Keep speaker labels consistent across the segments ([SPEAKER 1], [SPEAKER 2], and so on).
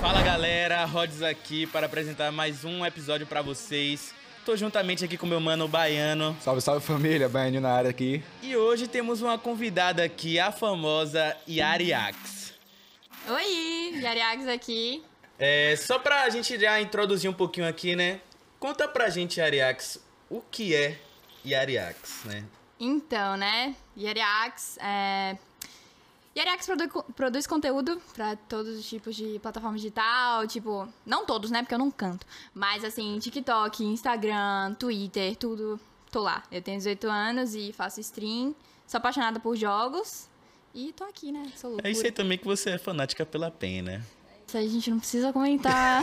[SPEAKER 1] Fala galera, Rods aqui para apresentar mais um episódio pra vocês. Tô juntamente aqui com meu mano Baiano
[SPEAKER 2] Salve, salve família, Baianinho na área aqui.
[SPEAKER 1] e hoje temos uma convidada aqui, a famosa Yari Ax.
[SPEAKER 3] Oi, Yariags aqui.
[SPEAKER 1] É, só pra gente já introduzir um pouquinho aqui, né? Conta pra gente, Ariax, o que é Yariax, né?
[SPEAKER 3] Então, né, Yariags é... Yariags produ- produz conteúdo pra todos os tipos de plataforma digital, tipo, não todos, né, porque eu não canto, mas assim, TikTok, Instagram, Twitter, tudo, tô lá. Eu tenho 18 anos e faço stream, sou apaixonada por jogos e tô aqui, né, sou loucura.
[SPEAKER 1] É isso aí também que você é fanática pela PEN, né?
[SPEAKER 3] Isso aí a gente não precisa comentar.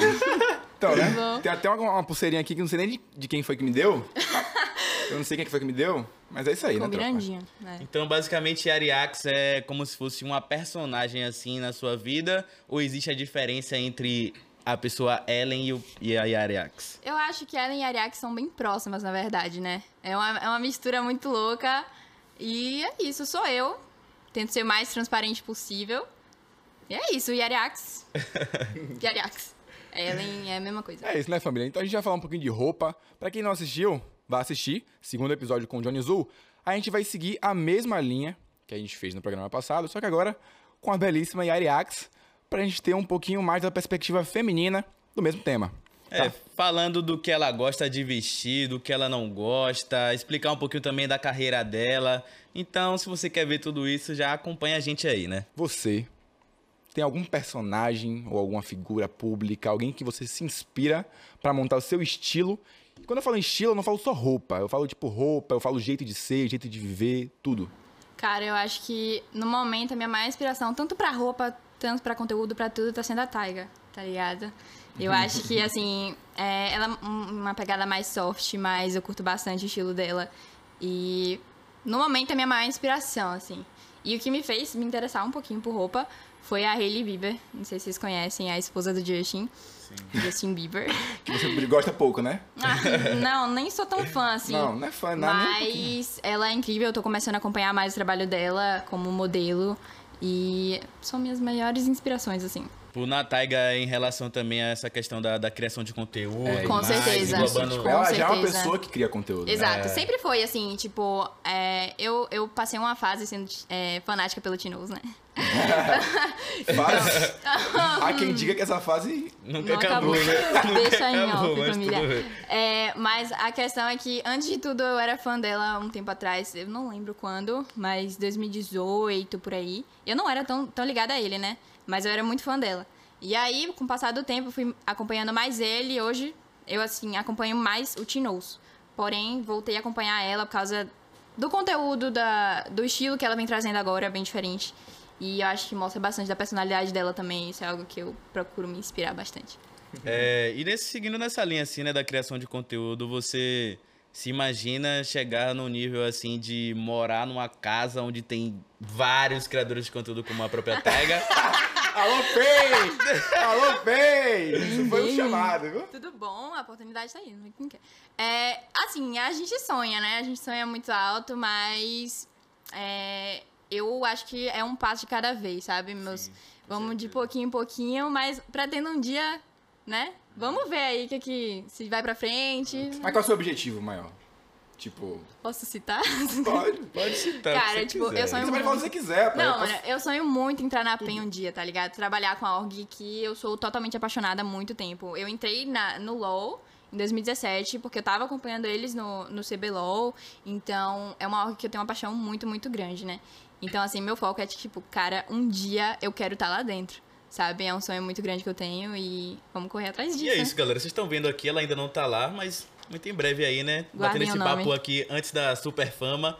[SPEAKER 2] Então, né?
[SPEAKER 3] Bom.
[SPEAKER 2] Tem até uma, uma pulseirinha aqui que eu não sei nem de, de quem foi que me deu. Eu não sei quem é que foi que me deu, mas é isso aí, né, tropa?
[SPEAKER 3] Combinandinho, né.
[SPEAKER 1] Então, basicamente, Ariax é como se fosse uma personagem assim na sua vida? Ou existe a diferença entre a pessoa Ellen e, o, e a Ariax?
[SPEAKER 3] Eu acho que Ellen e Ariake são bem próximas, na verdade, né? É uma, é uma mistura muito louca. E é isso, sou eu. Tento ser o mais transparente possível. E é isso, Yariax. Yariax. Ellen é a mesma coisa.
[SPEAKER 2] É isso, né, família? Então a gente vai falar um pouquinho de roupa. Pra quem não assistiu, vá assistir. Segundo episódio com o Johnny Zul. A gente vai seguir a mesma linha que a gente fez no programa passado, só que agora com a belíssima Yari Ax, pra gente ter um pouquinho mais da perspectiva feminina do mesmo tema.
[SPEAKER 1] É, falando do que ela gosta de vestir, do que ela não gosta, explicar um pouquinho também da carreira dela. Então, se você quer ver tudo isso, já acompanha a gente aí, né?
[SPEAKER 2] Você tem algum personagem ou alguma figura pública, alguém que você se inspira pra montar o seu estilo? E quando eu falo em estilo, eu não falo só roupa, eu falo tipo roupa, eu falo jeito de ser, jeito de viver, tudo.
[SPEAKER 3] Cara, eu acho que no momento a minha maior inspiração, tanto pra roupa, tanto pra conteúdo, pra tudo, tá sendo a Taiga, tá ligado? Eu acho que, assim, é, ela é um- uma pegada mais soft, mas eu curto bastante o estilo dela. E no momento é a minha maior inspiração, assim. E o que me fez me interessar um pouquinho por roupa foi a Hailey Bieber. Não sei se vocês conhecem, a esposa do Justin. Justin Bieber.
[SPEAKER 2] Que você gosta pouco, né?
[SPEAKER 3] Ah, não, nem sou tão fã, assim.
[SPEAKER 2] Não, não é fã, não, nem um pouquinho.
[SPEAKER 3] Mas ela é incrível, eu tô começando a acompanhar mais o trabalho dela como modelo. E são minhas maiores inspirações, assim.
[SPEAKER 1] Por Nataiga, em relação também a essa questão da, da criação de conteúdo.
[SPEAKER 2] É,
[SPEAKER 3] Com
[SPEAKER 1] mais,
[SPEAKER 3] certeza.
[SPEAKER 1] englobando-
[SPEAKER 3] Com
[SPEAKER 2] ela já é uma
[SPEAKER 3] certeza.
[SPEAKER 2] pessoa que cria conteúdo. né?
[SPEAKER 1] É.
[SPEAKER 3] Exato, sempre foi assim, tipo, é, eu, eu passei uma fase sendo é, fanática pelo Tinoz, né?
[SPEAKER 2] Mas É. há quem diga que essa fase.
[SPEAKER 1] Nunca
[SPEAKER 3] Não
[SPEAKER 1] acabou, né? Nunca
[SPEAKER 3] Deixa em
[SPEAKER 1] acabou,
[SPEAKER 3] off,
[SPEAKER 1] mas tudo
[SPEAKER 3] família.
[SPEAKER 1] bem.
[SPEAKER 3] É, mas a questão é que, antes de tudo, eu era fã dela um tempo atrás. Eu não lembro quando, mas 2018, por aí. Eu não era tão, tão ligada a ele, né? Mas eu era muito fã dela. E aí, com o passar do tempo, eu fui acompanhando mais ele. e Hoje, eu, assim, acompanho mais o Tinoz. Porém, voltei a acompanhar ela por causa do conteúdo, da, do estilo que ela vem trazendo agora, é bem diferente. E eu acho que mostra bastante da personalidade dela também. Isso é algo que eu procuro me inspirar bastante.
[SPEAKER 1] É, e nesse, seguindo nessa linha assim, né, da criação de conteúdo, você se imagina chegar no nível assim de morar numa casa onde tem vários criadores de conteúdo como a própria Taiga?
[SPEAKER 2] Alô, Pei! Alô, Pei! Isso foi um chamado, viu?
[SPEAKER 3] Tudo bom, a oportunidade tá aí. não é quem quer. É, assim, a gente sonha, né? A gente sonha muito alto, mas é, eu acho que é um passo de cada vez, sabe? Meus, vamos de pouquinho em pouquinho, mas pretendo um dia, né? Vamos ver aí o que, que se vai pra frente.
[SPEAKER 2] Mas qual é o seu objetivo maior? Tipo,
[SPEAKER 3] Posso citar?
[SPEAKER 2] pode.
[SPEAKER 1] Pode citar. o que
[SPEAKER 3] Cara,
[SPEAKER 1] você
[SPEAKER 3] tipo,
[SPEAKER 1] quiser.
[SPEAKER 3] eu sonho-
[SPEAKER 2] Você pode falar o que você quiser, pô. Eu
[SPEAKER 3] Não, é.
[SPEAKER 2] posso-
[SPEAKER 3] mano, eu sonho muito em entrar na PEN um dia, tá ligado? Trabalhar com a org que eu sou totalmente apaixonada há muito tempo. Eu entrei na- no LoL em 2017, porque eu tava acompanhando eles no, no CBLOL. Então, é uma org que eu tenho uma paixão muito, muito grande, né? Então, assim, meu foco é tipo, cara, um dia eu quero estar lá dentro. Sabe? É um sonho muito grande que eu tenho e vamos correr atrás disso.
[SPEAKER 1] E é
[SPEAKER 3] né?
[SPEAKER 1] isso, galera. Vocês estão vendo aqui, ela ainda não tá lá, mas muito em breve aí, né? Batendo
[SPEAKER 3] Guardem
[SPEAKER 1] esse
[SPEAKER 3] o nome.
[SPEAKER 1] papo aqui antes da super fama.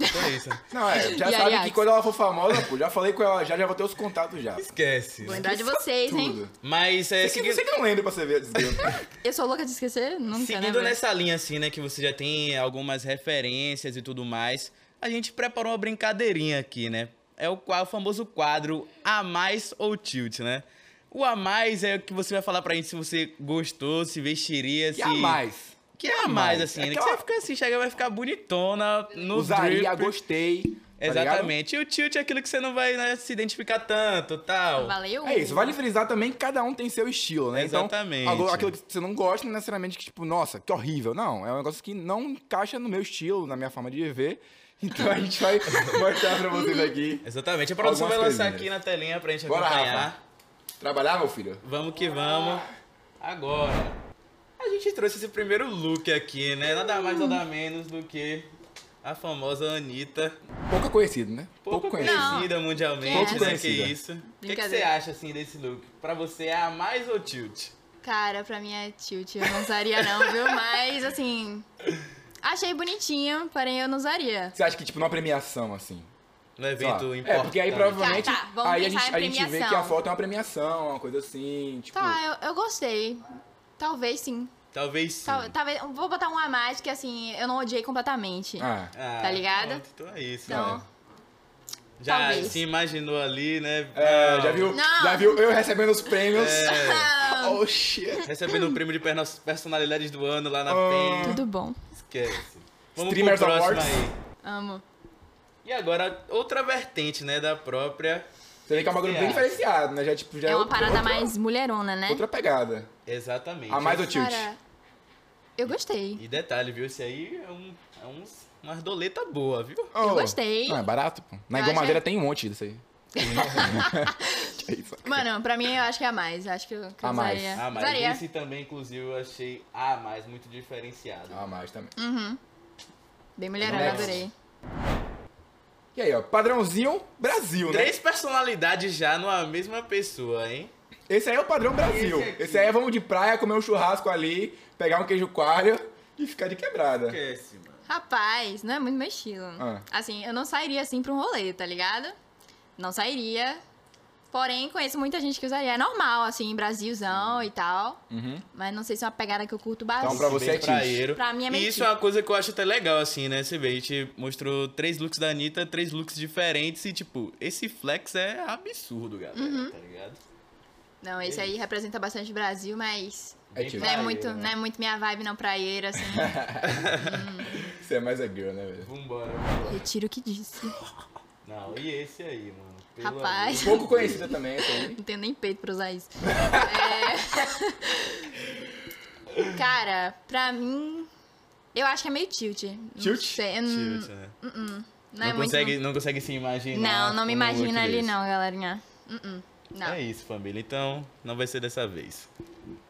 [SPEAKER 1] Então é isso.
[SPEAKER 2] Não, é, já
[SPEAKER 3] E
[SPEAKER 2] sabe
[SPEAKER 3] aliás?
[SPEAKER 2] que quando ela for famosa, pô, já falei com ela, já, já vou ter os contatos já.
[SPEAKER 1] Esquece.
[SPEAKER 3] Vou lembrar de vocês, hein?
[SPEAKER 2] Tudo.
[SPEAKER 1] Mas é,
[SPEAKER 2] Você que,
[SPEAKER 1] seguindo,
[SPEAKER 2] você que não lembra pra você ver a desgraça.
[SPEAKER 3] Eu sou louca de esquecer? Nunca, né?
[SPEAKER 1] Seguindo
[SPEAKER 3] velho?
[SPEAKER 1] nessa linha, assim, né? Que você já tem algumas referências e tudo mais. A gente preparou uma brincadeirinha aqui, né? É o, qua- o famoso quadro A Mais ou Tilt, né? O A Mais é o que você vai falar pra gente se você gostou, se vestiria, se...
[SPEAKER 2] E a mais?
[SPEAKER 1] Que é a mais, assim,
[SPEAKER 2] É
[SPEAKER 1] né? Que
[SPEAKER 2] aquela-
[SPEAKER 1] você vai ficar assim, chega, vai ficar bonitona no
[SPEAKER 2] Usaria,
[SPEAKER 1] drip.
[SPEAKER 2] gostei. tá ligado?
[SPEAKER 1] Exatamente. E o tilt é aquilo que você não vai né, se identificar tanto tal.
[SPEAKER 3] Valeu.
[SPEAKER 2] É isso, vale frisar também que cada um tem seu estilo, né? Então,
[SPEAKER 1] Exatamente.
[SPEAKER 2] algo- aquilo que você não gosta, não é necessariamente que, tipo, nossa, que horrível. Não, é um negócio que não encaixa no meu estilo, na minha forma de viver. Então a gente vai mostrar pra vocês aqui.
[SPEAKER 1] Exatamente. A produção
[SPEAKER 2] Algumas
[SPEAKER 1] vai lançar
[SPEAKER 2] coisinhas.
[SPEAKER 1] aqui na telinha pra gente
[SPEAKER 2] Bora,
[SPEAKER 1] acompanhar.
[SPEAKER 2] Rafa. Trabalhar, meu filho?
[SPEAKER 1] Vamos que vamos. Agora. A gente trouxe esse primeiro look aqui, né? Nada mais,
[SPEAKER 2] Hum.
[SPEAKER 1] nada menos do que a famosa Anitta. Um
[SPEAKER 2] Pouco conhecido, né?
[SPEAKER 1] Pouco conhecida mundialmente,
[SPEAKER 3] Pouco
[SPEAKER 1] né?
[SPEAKER 2] conhecida.
[SPEAKER 1] Que isso. O que, que você
[SPEAKER 3] Brincadeira.
[SPEAKER 1] acha, assim, desse look? Pra você é a mais ou tilt?
[SPEAKER 3] Cara, pra mim é tilt. Eu não usaria, não, viu? Mas, assim. Achei bonitinho, porém eu não usaria.
[SPEAKER 2] Você acha que, tipo, numa premiação, assim?
[SPEAKER 1] No
[SPEAKER 2] sei lá.
[SPEAKER 1] evento importante.
[SPEAKER 2] É, porque aí provavelmente.
[SPEAKER 3] Tá, tá, vamos
[SPEAKER 2] aí a
[SPEAKER 3] pensar
[SPEAKER 2] gente,
[SPEAKER 3] em
[SPEAKER 2] a gente vê
[SPEAKER 3] premiação.
[SPEAKER 2] que a foto é uma premiação, uma coisa assim, tipo.
[SPEAKER 3] Tá, eu, eu gostei. Talvez sim.
[SPEAKER 1] Talvez sim.
[SPEAKER 3] Tal- talvez. Vou botar um a mais, que assim, eu não odiei completamente.
[SPEAKER 2] Ah,
[SPEAKER 1] Ah,
[SPEAKER 3] Tá ligado?
[SPEAKER 1] pronto, então é isso.
[SPEAKER 3] Então.
[SPEAKER 1] né? Já
[SPEAKER 3] talvez.
[SPEAKER 1] se imaginou ali, né?
[SPEAKER 2] é,
[SPEAKER 1] Não.
[SPEAKER 2] já viu?
[SPEAKER 3] Não.
[SPEAKER 2] Já viu eu recebendo os prêmios?
[SPEAKER 1] É.
[SPEAKER 3] Ah,
[SPEAKER 2] Oh, shit.
[SPEAKER 1] Recebendo o prêmio de perna- personalidades do ano lá na
[SPEAKER 2] Ah.
[SPEAKER 1] PEN.
[SPEAKER 3] Tudo bom.
[SPEAKER 1] Esquece. Vamos
[SPEAKER 2] Streamers
[SPEAKER 1] pro próximo
[SPEAKER 2] Awards.
[SPEAKER 1] aí.
[SPEAKER 3] Amo.
[SPEAKER 1] E agora, outra vertente, né, da própria.
[SPEAKER 2] Você vê que é um bagulho bem diferenciado, né? Já, tipo, já
[SPEAKER 3] É uma
[SPEAKER 2] outra-
[SPEAKER 3] parada
[SPEAKER 2] outra-
[SPEAKER 3] mais mulherona, né?
[SPEAKER 2] Outra pegada.
[SPEAKER 1] Exatamente.
[SPEAKER 2] A Ah, mais um tipo. do tilt.
[SPEAKER 3] Cara, eu gostei.
[SPEAKER 1] E detalhe, viu? Esse aí é, um, é uns, uma ardoleta boa, viu?
[SPEAKER 2] Oh.
[SPEAKER 3] gostei.
[SPEAKER 2] Não, é barato, pô. Na
[SPEAKER 3] Eu
[SPEAKER 2] Igual
[SPEAKER 3] acho-
[SPEAKER 2] Madeira tem um monte disso aí. é isso.
[SPEAKER 3] Mano, pra mim eu acho que é a mais. Acho que eu, que eu
[SPEAKER 2] A mais.
[SPEAKER 3] usaria.
[SPEAKER 1] Ah, mas
[SPEAKER 3] É. Usaria.
[SPEAKER 1] esse também, inclusive, eu achei a mais muito diferenciado.
[SPEAKER 2] Ah, mais também.
[SPEAKER 3] Bem mulherona,
[SPEAKER 2] Next.
[SPEAKER 3] adorei.
[SPEAKER 2] E aí, ó. Padrãozinho Brasil, né?
[SPEAKER 1] Três personalidades já numa mesma pessoa, hein?
[SPEAKER 2] Esse aí é o padrão Brasil.
[SPEAKER 1] Esse
[SPEAKER 2] Esse,
[SPEAKER 1] aqui.
[SPEAKER 2] aí é vamos de praia, comer um churrasco ali, pegar um queijo coalho e ficar de quebrada.
[SPEAKER 1] Esquece, mano.
[SPEAKER 3] Rapaz, não é muito meu estilo.
[SPEAKER 2] Ah.
[SPEAKER 3] Assim, eu não sairia assim pra um rolê, tá ligado? Não sairia. Porém, conheço muita gente que usaria. É normal, assim, Brasilzão e tal.
[SPEAKER 2] Uhum.
[SPEAKER 3] Mas não sei se é uma pegada que eu curto bastante.
[SPEAKER 2] Então, pra você é tilt.
[SPEAKER 3] Pra mim é meio
[SPEAKER 1] E isso
[SPEAKER 3] tilt.
[SPEAKER 1] é uma coisa que eu acho até legal, assim, né? Você vê, a gente mostrou três looks da Anitta, três looks diferentes e, tipo, esse flex é absurdo, galera,
[SPEAKER 3] Uhum.
[SPEAKER 1] tá ligado?
[SPEAKER 3] Não, esse aí representa bastante o Brasil, mas
[SPEAKER 2] É
[SPEAKER 1] Bem
[SPEAKER 2] tilt.
[SPEAKER 3] não é,
[SPEAKER 1] praieiro,
[SPEAKER 3] muito,
[SPEAKER 1] né?
[SPEAKER 3] não é muito minha vibe, não, praieira, assim.
[SPEAKER 2] Você é mais a girl, né, velho?
[SPEAKER 1] Vambora, vambora.
[SPEAKER 3] Retiro o que disse.
[SPEAKER 1] Não, e esse aí, mano? Pelo
[SPEAKER 3] Rapaz.
[SPEAKER 1] amor de
[SPEAKER 2] Pouco conhecida também, essa aí.
[SPEAKER 3] Não tenho nem peito pra usar isso. É. Cara, pra mim. Eu acho que é meio tilt. Não
[SPEAKER 2] Tilt?
[SPEAKER 3] sei, eu
[SPEAKER 1] Deus,
[SPEAKER 3] não-
[SPEAKER 1] tilt, né?
[SPEAKER 3] Não,
[SPEAKER 1] Não,
[SPEAKER 3] é
[SPEAKER 1] consegue,
[SPEAKER 3] muito.
[SPEAKER 1] não consegue se imaginar.
[SPEAKER 3] Não, não me
[SPEAKER 1] com um look
[SPEAKER 3] imagina ali,
[SPEAKER 1] desse.
[SPEAKER 3] não, galerinha. Uh-uh, Não.
[SPEAKER 1] É isso, família. Então, não vai ser dessa vez.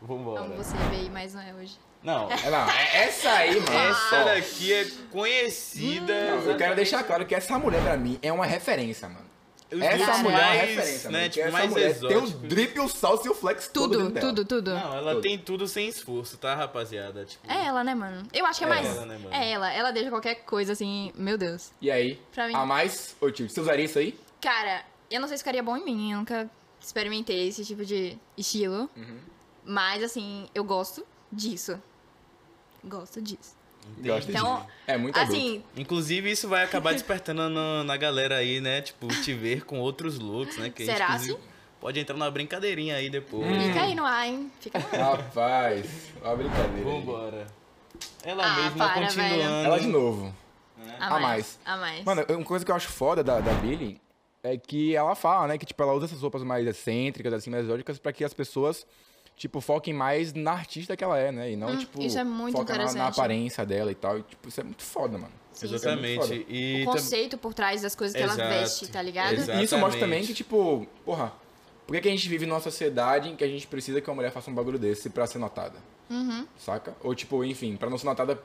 [SPEAKER 1] Vambora.
[SPEAKER 3] Amo você veio, mas não é hoje.
[SPEAKER 1] Não,
[SPEAKER 2] É, Não, é essa aí, mano.
[SPEAKER 1] essa
[SPEAKER 2] Ó,
[SPEAKER 1] daqui é né? conhecida.
[SPEAKER 2] Eu quero deixar claro que essa mulher, pra mim, é uma referência, mano.
[SPEAKER 1] Os
[SPEAKER 2] Essa
[SPEAKER 1] looks
[SPEAKER 3] Caralho.
[SPEAKER 2] mulher é uma
[SPEAKER 1] mais,
[SPEAKER 2] referência,
[SPEAKER 1] né?
[SPEAKER 2] mano.
[SPEAKER 1] Tipo,
[SPEAKER 2] Tipo, essa
[SPEAKER 1] mais
[SPEAKER 2] mulher tem
[SPEAKER 3] um
[SPEAKER 2] o
[SPEAKER 1] exóticos.
[SPEAKER 2] drip, o salto e o flex todo
[SPEAKER 3] Tudo,
[SPEAKER 2] dentro dela.
[SPEAKER 3] tudo, tudo.
[SPEAKER 1] Não, ela
[SPEAKER 2] Todo.
[SPEAKER 1] tem tudo sem esforço, tá, rapaziada? Tipo,
[SPEAKER 3] É ela, né, mano? Eu acho que
[SPEAKER 2] É
[SPEAKER 3] é, mais.
[SPEAKER 1] ela, né, mano?
[SPEAKER 3] É ela. Ela deixa qualquer coisa assim, meu Deus.
[SPEAKER 2] E aí?
[SPEAKER 3] Pra
[SPEAKER 1] Ah.
[SPEAKER 3] mim.
[SPEAKER 2] A mais, ô tio, você usaria isso aí?
[SPEAKER 3] Cara, eu não sei se ficaria bom em mim, eu nunca experimentei esse tipo de estilo.
[SPEAKER 1] Uhum.
[SPEAKER 3] Mas, assim, eu gosto disso. Gosto disso.
[SPEAKER 1] entende?
[SPEAKER 2] Gosto
[SPEAKER 3] Então,
[SPEAKER 2] disso. É muito adulto.
[SPEAKER 3] assim,
[SPEAKER 1] Inclusive, isso vai acabar despertando no- na galera aí, né? Tipo, te ver com outros looks, né? Que a gente,
[SPEAKER 3] Será assim?
[SPEAKER 1] inclusive, Pode entrar numa brincadeirinha aí depois.
[SPEAKER 3] fica aí no ar, hein? Fica no ar.
[SPEAKER 2] Rapaz, uma brincadeira. aí.
[SPEAKER 1] Vambora. Ela
[SPEAKER 3] Ah,
[SPEAKER 1] mesma
[SPEAKER 3] para,
[SPEAKER 1] continuando.
[SPEAKER 3] velho.
[SPEAKER 2] Ela é de novo. A mais.
[SPEAKER 3] A mais.
[SPEAKER 2] Mano, uma coisa que eu acho foda da, da Billy é que ela fala, né? Que, tipo, ela usa essas roupas mais excêntricas, assim, mais exóticas, pra que as pessoas, tipo, foquem mais na artista que ela é, né? E não,
[SPEAKER 3] Hum,
[SPEAKER 2] tipo,
[SPEAKER 3] isso é muito
[SPEAKER 2] foca na- na
[SPEAKER 3] interessante.
[SPEAKER 2] aparência dela e tal. E, tipo, isso é muito foda, mano.
[SPEAKER 3] Sim, sim.
[SPEAKER 1] Exatamente.
[SPEAKER 2] Isso é muito
[SPEAKER 1] E
[SPEAKER 3] O
[SPEAKER 1] tam-
[SPEAKER 3] conceito por trás das coisas que ela
[SPEAKER 1] Exato.
[SPEAKER 3] veste, tá ligado?
[SPEAKER 1] Exato.
[SPEAKER 2] E isso mostra também
[SPEAKER 1] Exatamente.
[SPEAKER 2] que, tipo, porra, por que, que a gente vive numa sociedade em que a gente precisa que uma mulher faça um bagulho desse pra ser notada?
[SPEAKER 3] Uhum.
[SPEAKER 2] Saca? Ou, tipo, enfim, pra não ser notada.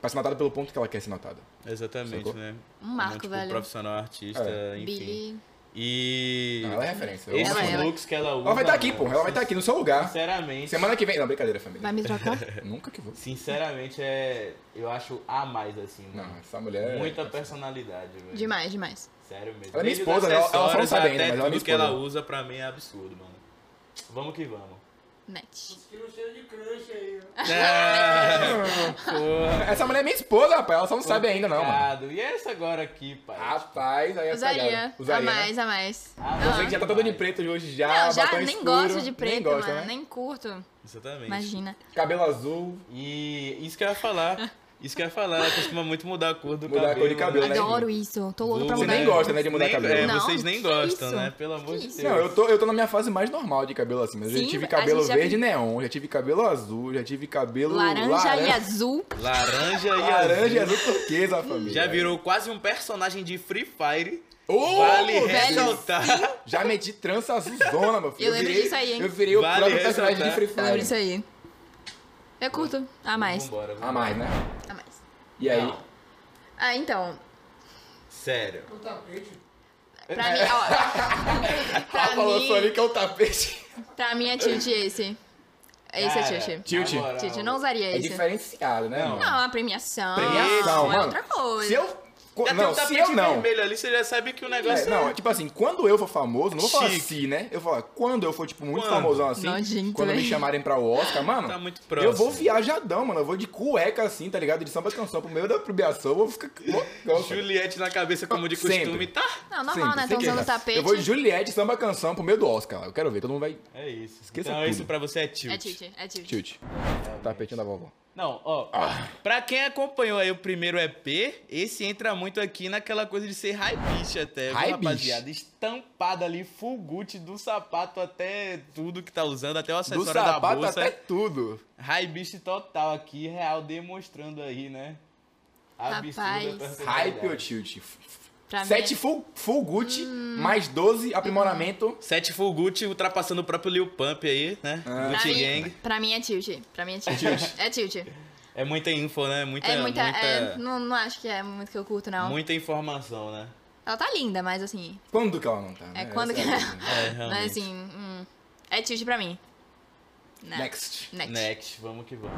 [SPEAKER 2] Pra ser notada pelo ponto que ela quer ser notada.
[SPEAKER 1] Exatamente,
[SPEAKER 2] Sacou? É.
[SPEAKER 1] né?
[SPEAKER 3] Um marco,
[SPEAKER 1] Como, tipo,
[SPEAKER 3] velho.
[SPEAKER 1] profissional, artista, enfim.
[SPEAKER 3] Billy.
[SPEAKER 1] E...
[SPEAKER 2] Ela é referência. eu
[SPEAKER 1] Esses
[SPEAKER 2] amo
[SPEAKER 3] Ela é, ela é.
[SPEAKER 1] looks que ela usa...
[SPEAKER 2] Ela vai estar aqui,
[SPEAKER 1] mano,
[SPEAKER 2] pô. Ela vai estar aqui no seu lugar.
[SPEAKER 1] Sinceramente...
[SPEAKER 2] Semana que vem. Não, brincadeira,
[SPEAKER 3] Vai
[SPEAKER 2] família.
[SPEAKER 3] me trocar?
[SPEAKER 2] Nunca que vou.
[SPEAKER 1] Sinceramente, é... Eu acho a mais, assim, mano.
[SPEAKER 2] Não, essa mulher.
[SPEAKER 1] Muita personalidade, velho.
[SPEAKER 3] demais, demais.
[SPEAKER 1] Sério mesmo.
[SPEAKER 2] Ela é minha
[SPEAKER 1] Desde os
[SPEAKER 2] esposa, ela- ela só não
[SPEAKER 1] acessórios
[SPEAKER 2] sabe ainda,
[SPEAKER 1] até
[SPEAKER 2] mas ela é minha
[SPEAKER 1] tudo que ela
[SPEAKER 2] esposa.
[SPEAKER 1] usa pra mim é absurdo, mano. Vamos que vamos.
[SPEAKER 3] Net.
[SPEAKER 1] Porra,
[SPEAKER 2] Essa mulher é minha esposa, rapaz. Ela só não sabe ainda, não, mano.
[SPEAKER 1] complicado. E essa agora aqui, pai?
[SPEAKER 2] Rapaz, aí é
[SPEAKER 3] Usaria.
[SPEAKER 2] cagada. né?
[SPEAKER 3] A mais, a mais.
[SPEAKER 1] Ah,
[SPEAKER 3] Aham.
[SPEAKER 2] Você que já tá todo de preto hoje já.
[SPEAKER 3] Não, já
[SPEAKER 2] batom
[SPEAKER 3] nem
[SPEAKER 2] escuro,
[SPEAKER 3] gosto de
[SPEAKER 2] nem
[SPEAKER 3] preto,
[SPEAKER 2] gosta,
[SPEAKER 3] mano.
[SPEAKER 2] né?
[SPEAKER 3] Nem curto.
[SPEAKER 1] Exatamente.
[SPEAKER 3] Imagina.
[SPEAKER 2] Cabelo azul.
[SPEAKER 1] E isso que eu ia falar. Isso que eu ia falar, ela costuma muito mudar a cor do
[SPEAKER 2] Mudar a
[SPEAKER 1] cabelo.
[SPEAKER 2] cor de cabelo, né?
[SPEAKER 3] Adoro isso. Tô louco
[SPEAKER 2] Você
[SPEAKER 3] pra
[SPEAKER 1] Vulgo,
[SPEAKER 3] mudar.
[SPEAKER 2] nem
[SPEAKER 1] né?
[SPEAKER 2] gosta, né, de mudar
[SPEAKER 1] Nem-
[SPEAKER 2] cabelo.
[SPEAKER 1] É,
[SPEAKER 3] Não,
[SPEAKER 1] vocês nem
[SPEAKER 3] que
[SPEAKER 1] gostam,
[SPEAKER 3] isso?
[SPEAKER 1] né? Pelo amor
[SPEAKER 3] Que
[SPEAKER 1] de Deus.
[SPEAKER 3] isso?
[SPEAKER 2] Não, eu tô, eu tô na minha fase mais normal de cabelo assim. Mas eu
[SPEAKER 3] Sim,
[SPEAKER 2] já tive
[SPEAKER 3] a gente
[SPEAKER 2] cabelo
[SPEAKER 3] já
[SPEAKER 2] verde
[SPEAKER 3] vi-
[SPEAKER 2] neon, já tive cabelo azul, já tive cabelo.
[SPEAKER 3] Laranja e
[SPEAKER 2] laran-
[SPEAKER 3] azul.
[SPEAKER 1] Laranja e
[SPEAKER 2] Laranja e
[SPEAKER 1] azul.
[SPEAKER 2] azul turquesa, família.
[SPEAKER 1] Já virou quase um personagem de Free Fire.
[SPEAKER 2] Ô,
[SPEAKER 1] vale
[SPEAKER 2] velho,
[SPEAKER 1] ressaltar.
[SPEAKER 2] Já meti trança azulzona, meu filho.
[SPEAKER 3] Eu lembro
[SPEAKER 2] virei-
[SPEAKER 3] disso aí, hein?
[SPEAKER 2] Eu virei o
[SPEAKER 1] Vale tá?
[SPEAKER 2] próprio personagem de
[SPEAKER 1] ressaltar.
[SPEAKER 2] Free
[SPEAKER 3] Eu lembro disso
[SPEAKER 2] Fire.
[SPEAKER 3] aí. Eu curto. A mais.
[SPEAKER 1] Vambora,
[SPEAKER 2] A mais, né?
[SPEAKER 3] A mais.
[SPEAKER 2] E aí?
[SPEAKER 3] Ah, então.
[SPEAKER 1] Sério.
[SPEAKER 3] Pra mim, ó.
[SPEAKER 2] Ela
[SPEAKER 3] pra,
[SPEAKER 2] falou pra mim
[SPEAKER 3] mim,
[SPEAKER 1] um
[SPEAKER 2] que é o tapete.
[SPEAKER 3] pra mim é tilt esse. Esse é tilt.
[SPEAKER 2] tilt.
[SPEAKER 1] na moral.
[SPEAKER 3] Tilt, eu não usaria
[SPEAKER 2] É
[SPEAKER 3] esse.
[SPEAKER 2] diferenciado, né? mano?
[SPEAKER 3] Não, a premiação.
[SPEAKER 2] Premiação,
[SPEAKER 3] é
[SPEAKER 2] mano.
[SPEAKER 3] outra coisa.
[SPEAKER 2] Se eu. co-
[SPEAKER 1] Já tem
[SPEAKER 2] Não,
[SPEAKER 1] um
[SPEAKER 2] se
[SPEAKER 1] tapete
[SPEAKER 2] eu não.
[SPEAKER 1] vermelho ali, você já sabe que o negócio
[SPEAKER 2] É,
[SPEAKER 1] é...
[SPEAKER 2] não, tipo assim, quando eu for famoso, não vou falar
[SPEAKER 1] Chique.
[SPEAKER 2] assim, né? Eu vou falar, quando eu for, tipo, muito
[SPEAKER 1] Quando?
[SPEAKER 2] famosão assim,
[SPEAKER 3] Nojento,
[SPEAKER 2] quando me
[SPEAKER 3] velho.
[SPEAKER 2] chamarem pra o Oscar, mano,
[SPEAKER 1] Tá muito
[SPEAKER 2] eu
[SPEAKER 1] próximo.
[SPEAKER 2] vou viajadão, mano. Eu vou de cueca assim, tá ligado? De samba canção pro meio da premiação, eu vou ficar. loucão, cara.
[SPEAKER 1] Juliette na cabeça, como de costume,
[SPEAKER 2] Sempre.
[SPEAKER 1] tá?
[SPEAKER 3] Não, normal,
[SPEAKER 2] Sempre,
[SPEAKER 3] né? Estão
[SPEAKER 2] sempre.
[SPEAKER 3] usando tapete.
[SPEAKER 2] Eu vou de Juliette samba canção pro meio do Oscar. Eu quero ver, todo mundo vai.
[SPEAKER 1] É isso.
[SPEAKER 2] Esqueça
[SPEAKER 1] então
[SPEAKER 2] tudo.
[SPEAKER 1] isso pra você é tilt.
[SPEAKER 3] É tilt, é tilt.
[SPEAKER 2] Tilt. Tapetinho da vovó.
[SPEAKER 1] Não, ó. Pra quem acompanhou aí o primeiro EP, esse entra muito aqui naquela coisa de ser high beach até,
[SPEAKER 2] High
[SPEAKER 1] viu, rapaziada? Estampada ali, full Gucci, do sapato até tudo que tá usando, até o
[SPEAKER 2] Do
[SPEAKER 1] acessório da
[SPEAKER 2] sapato
[SPEAKER 1] bolsa.
[SPEAKER 2] até tudo.
[SPEAKER 1] High beach total aqui, real, demonstrando aí, né?
[SPEAKER 3] Rapaz.
[SPEAKER 1] personalidade.
[SPEAKER 2] Hype ou tilt?
[SPEAKER 3] Pra mim
[SPEAKER 2] Sete
[SPEAKER 3] é-
[SPEAKER 2] full, full Gucci, mais 12 aprimoramento.
[SPEAKER 3] Hum.
[SPEAKER 1] Sete full Gucci, ultrapassando o próprio Lil Pump aí, né?
[SPEAKER 2] Ah.
[SPEAKER 3] Pra
[SPEAKER 1] Gucci
[SPEAKER 3] mim,
[SPEAKER 1] Gang.
[SPEAKER 3] pra mim é tilt. Pra mim é tilt. É tilt.
[SPEAKER 1] É muita info, né? Muita,
[SPEAKER 3] É muita. é,
[SPEAKER 1] muita,
[SPEAKER 3] não, não acho que é muito que eu curto, não.
[SPEAKER 1] muita informação, né?
[SPEAKER 3] Ela tá linda, mas assim.
[SPEAKER 2] Quando que ela não tá? né?
[SPEAKER 3] É quando
[SPEAKER 2] Essa
[SPEAKER 3] que.
[SPEAKER 2] a pergunta.
[SPEAKER 1] É, realmente.
[SPEAKER 3] mas assim. hum, é tilt pra mim. Né.
[SPEAKER 2] Next.
[SPEAKER 3] Next.
[SPEAKER 1] Next, vamos que vamos.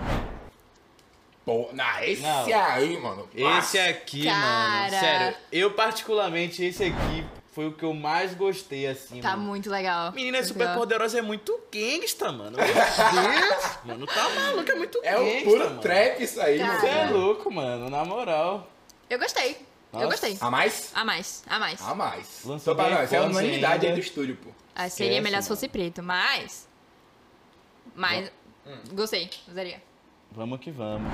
[SPEAKER 2] Pô, na esse
[SPEAKER 1] Não.
[SPEAKER 2] aí, mano.
[SPEAKER 1] Esse é aqui,
[SPEAKER 3] Cara.
[SPEAKER 1] mano. Sério, eu particularmente, esse aqui foi o que eu mais gostei, assim.
[SPEAKER 3] Tá
[SPEAKER 1] mano.
[SPEAKER 3] muito legal.
[SPEAKER 1] Menina
[SPEAKER 3] Muito
[SPEAKER 1] super
[SPEAKER 3] legal.
[SPEAKER 1] poderosa é muito gangsta, mano. Meu Deus, mano, tá maluco, é muito
[SPEAKER 2] É o
[SPEAKER 1] gangsta,
[SPEAKER 2] puro
[SPEAKER 1] mano.
[SPEAKER 2] trap isso aí,
[SPEAKER 3] Cara.
[SPEAKER 1] Você é
[SPEAKER 2] mano.
[SPEAKER 1] louco, mano, na moral.
[SPEAKER 3] Eu gostei.
[SPEAKER 1] Nossa.
[SPEAKER 3] Eu gostei.
[SPEAKER 2] A mais?
[SPEAKER 3] A mais, a mais.
[SPEAKER 2] A mais.
[SPEAKER 1] Lançou
[SPEAKER 2] Só pra
[SPEAKER 1] bem
[SPEAKER 2] não, essa é a
[SPEAKER 1] forte
[SPEAKER 2] unanimidade aí
[SPEAKER 1] ainda.
[SPEAKER 2] do estúdio, pô.
[SPEAKER 3] Ah, seria
[SPEAKER 2] Esquece,
[SPEAKER 3] melhor se
[SPEAKER 2] mano.
[SPEAKER 3] fosse preto, mas. Mas. Gostei, usaria.
[SPEAKER 1] Vamos que vamos.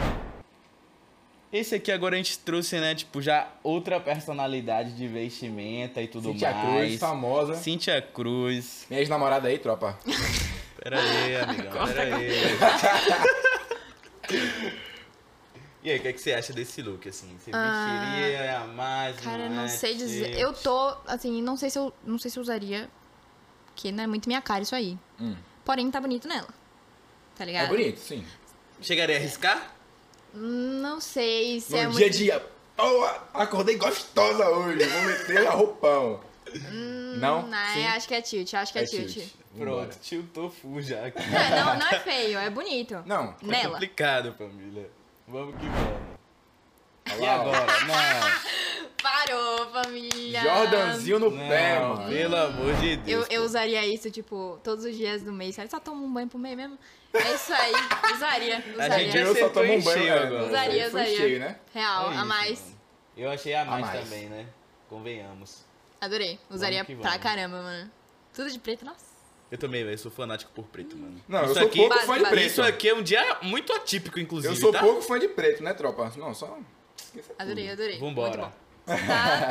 [SPEAKER 1] Esse aqui agora a gente trouxe, né, tipo, já outra personalidade de vestimenta e tudo
[SPEAKER 2] Cintia Cruz,
[SPEAKER 1] mais.
[SPEAKER 2] famosa.
[SPEAKER 1] Cíntia Cruz.
[SPEAKER 2] Minha ex-namorada aí, tropa.
[SPEAKER 1] Pera aí, amigão, pera aí.
[SPEAKER 3] é.
[SPEAKER 1] E aí, o que, é que você acha desse look, assim? Você
[SPEAKER 3] Ah,
[SPEAKER 1] vestiria a mais?
[SPEAKER 3] Cara, eu
[SPEAKER 1] um
[SPEAKER 3] não sei
[SPEAKER 1] hat?
[SPEAKER 3] dizer. Eu tô, assim, não sei se eu, não sei se eu usaria. Porque não é muito minha cara isso aí.
[SPEAKER 2] Hum.
[SPEAKER 3] Porém, tá bonito nela. Tá ligado?
[SPEAKER 2] É bonito, sim.
[SPEAKER 1] Chegaria a arriscar?
[SPEAKER 3] Não sei se
[SPEAKER 2] No
[SPEAKER 3] é
[SPEAKER 2] dia a
[SPEAKER 3] muito.
[SPEAKER 2] dia. Pô, acordei gostosa hoje. Vou meter a roupão. não?
[SPEAKER 3] Hum, Não,
[SPEAKER 2] Sim.
[SPEAKER 3] eu acho que é tilt, eu acho que é, tilt.
[SPEAKER 2] Vambora.
[SPEAKER 1] Pronto, tiltou full já aqui.
[SPEAKER 3] Não, não, não é feio, é bonito.
[SPEAKER 2] Não.
[SPEAKER 1] É
[SPEAKER 3] Nela.
[SPEAKER 1] complicado, família. Vamos que vamos. E
[SPEAKER 2] Olha lá, ó.
[SPEAKER 1] agora? Não,
[SPEAKER 3] Parou, família.
[SPEAKER 2] Jordanzinho no pé,
[SPEAKER 1] não,
[SPEAKER 2] mano.
[SPEAKER 1] pelo amor de
[SPEAKER 3] Eu,
[SPEAKER 1] Deus.
[SPEAKER 3] eu usaria isso, tipo, todos os dias do mês. Cara, só toma um banho pro mês mesmo. É isso aí. Usaria,
[SPEAKER 1] A gente
[SPEAKER 2] Eu
[SPEAKER 3] usaria.
[SPEAKER 2] só
[SPEAKER 1] acertou
[SPEAKER 2] tomo um
[SPEAKER 1] em
[SPEAKER 2] banho
[SPEAKER 1] cheio
[SPEAKER 2] né?
[SPEAKER 1] agora.
[SPEAKER 3] Usaria,
[SPEAKER 2] Foi
[SPEAKER 3] usaria.
[SPEAKER 2] cheio, né?
[SPEAKER 3] Real,
[SPEAKER 1] É
[SPEAKER 3] a
[SPEAKER 1] isso,
[SPEAKER 3] mais.
[SPEAKER 1] mano. Eu achei a mais,
[SPEAKER 2] mais.
[SPEAKER 1] também, né? Convenhamos.
[SPEAKER 3] Adorei. Usaria
[SPEAKER 1] que
[SPEAKER 3] pra
[SPEAKER 1] vamos.
[SPEAKER 3] caramba, mano. Tudo de preto, nossa.
[SPEAKER 1] Eu também, velho, sou fanático por preto, mano.
[SPEAKER 2] Não, eu
[SPEAKER 1] Isso
[SPEAKER 2] sou
[SPEAKER 1] aqui-
[SPEAKER 2] pouco fã de
[SPEAKER 3] Base, base.
[SPEAKER 2] preto.
[SPEAKER 1] Isso aqui é um dia muito atípico, inclusive,
[SPEAKER 2] Eu sou
[SPEAKER 1] tá?
[SPEAKER 2] pouco fã de preto, né, tropa? Não, só. esqueça tudo.
[SPEAKER 3] Adorei, adorei.
[SPEAKER 1] Vambora.
[SPEAKER 3] Muito bom. Tá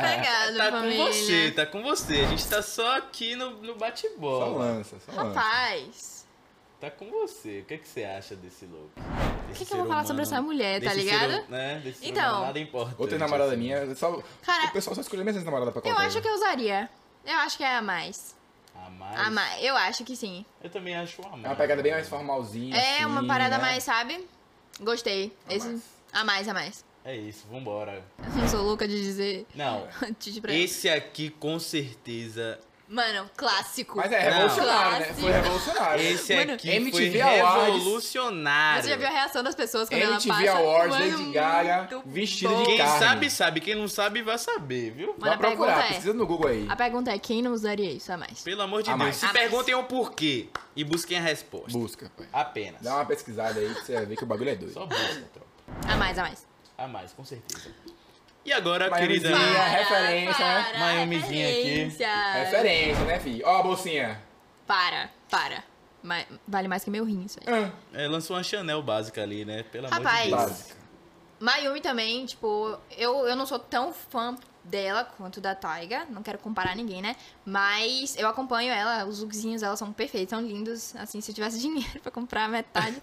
[SPEAKER 3] pegado,
[SPEAKER 1] Tá com
[SPEAKER 3] família.
[SPEAKER 1] você, tá com você. A gente tá só aqui no, no
[SPEAKER 2] Só
[SPEAKER 1] bate-bola.
[SPEAKER 2] lança, só lança.
[SPEAKER 3] Rapaz.
[SPEAKER 1] Tá com você. O que, é que você acha desse look? O
[SPEAKER 3] que eu vou falar sobre essa mulher, tá ligado?
[SPEAKER 1] né? Desse ser
[SPEAKER 3] Então.
[SPEAKER 1] humano, nada importa. assim.
[SPEAKER 2] Outra namorada minha, só,
[SPEAKER 3] Cara-
[SPEAKER 2] o pessoal só escolheu minha namorada pra né?
[SPEAKER 3] Eu
[SPEAKER 2] colocar.
[SPEAKER 3] acho que eu usaria. Eu acho que é a mais.
[SPEAKER 1] A mais.
[SPEAKER 3] A mais. Eu acho que sim.
[SPEAKER 1] Eu também acho a mais.
[SPEAKER 2] É uma pegada bem mais formalzinha.
[SPEAKER 3] É uma
[SPEAKER 2] assim,
[SPEAKER 3] parada
[SPEAKER 2] né?
[SPEAKER 3] mais, sabe? Gostei.
[SPEAKER 2] A
[SPEAKER 3] Esse-
[SPEAKER 2] mais.
[SPEAKER 3] A mais, a mais.
[SPEAKER 1] É isso, vambora.
[SPEAKER 3] Eu não sou louca de dizer.
[SPEAKER 1] Não,
[SPEAKER 3] Tite pra ela.
[SPEAKER 1] esse aqui com certeza.
[SPEAKER 3] Mano, clássico.
[SPEAKER 2] Mas é
[SPEAKER 1] Não.
[SPEAKER 2] revolucionário, né? Foi
[SPEAKER 3] Clássico.
[SPEAKER 2] revolucionário.
[SPEAKER 1] Esse
[SPEAKER 3] Mano,
[SPEAKER 1] aqui foi
[SPEAKER 2] MTV Awards.
[SPEAKER 1] revolucionário.
[SPEAKER 3] Você já viu a reação das pessoas quando ela
[SPEAKER 2] MTV
[SPEAKER 3] passa?
[SPEAKER 2] Awards,
[SPEAKER 3] Mano,
[SPEAKER 2] Lady Gaga,
[SPEAKER 3] muito
[SPEAKER 2] vestido
[SPEAKER 3] bom.
[SPEAKER 2] de
[SPEAKER 1] Quem
[SPEAKER 2] carne.
[SPEAKER 1] sabe, sabe. Quem não sabe, vai saber, viu?
[SPEAKER 3] Mas
[SPEAKER 2] Vai
[SPEAKER 3] a pergunta
[SPEAKER 2] procurar,
[SPEAKER 3] é-
[SPEAKER 2] pesquisa no Google aí.
[SPEAKER 3] A pergunta é, quem não usaria isso a mais?
[SPEAKER 1] Pelo amor de
[SPEAKER 2] A
[SPEAKER 1] Deus.
[SPEAKER 2] mais.
[SPEAKER 1] Se
[SPEAKER 3] A mais.
[SPEAKER 1] perguntem o porquê e busquem a resposta.
[SPEAKER 2] Busca, pai.
[SPEAKER 1] Apenas.
[SPEAKER 2] Dá uma pesquisada aí que você vai ver que o bagulho é
[SPEAKER 1] Só
[SPEAKER 2] doido.
[SPEAKER 1] busca, tropa.
[SPEAKER 3] A mais, a mais.
[SPEAKER 1] A mais, com certeza. E agora, querida.
[SPEAKER 2] Miamizinha. Para, referência, né?
[SPEAKER 3] para,
[SPEAKER 1] Miamizinha aqui.
[SPEAKER 3] referência.
[SPEAKER 2] Referência, né, fi? Ó a bolsinha.
[SPEAKER 3] Para, para. Ma- vale mais que meu rim isso aí.
[SPEAKER 2] Ah,
[SPEAKER 1] É, lançou uma Chanel básica ali, né? Pelo amor de
[SPEAKER 3] Rapaz.
[SPEAKER 1] Deus.
[SPEAKER 2] básica.
[SPEAKER 3] Mayumi também, tipo, eu, eu não sou tão fã dela quanto da Taiga, não quero comparar ninguém, né? Mas eu acompanho ela, os lookzinhos dela são perfeitos, são lindos, assim, se eu tivesse dinheiro pra comprar metade.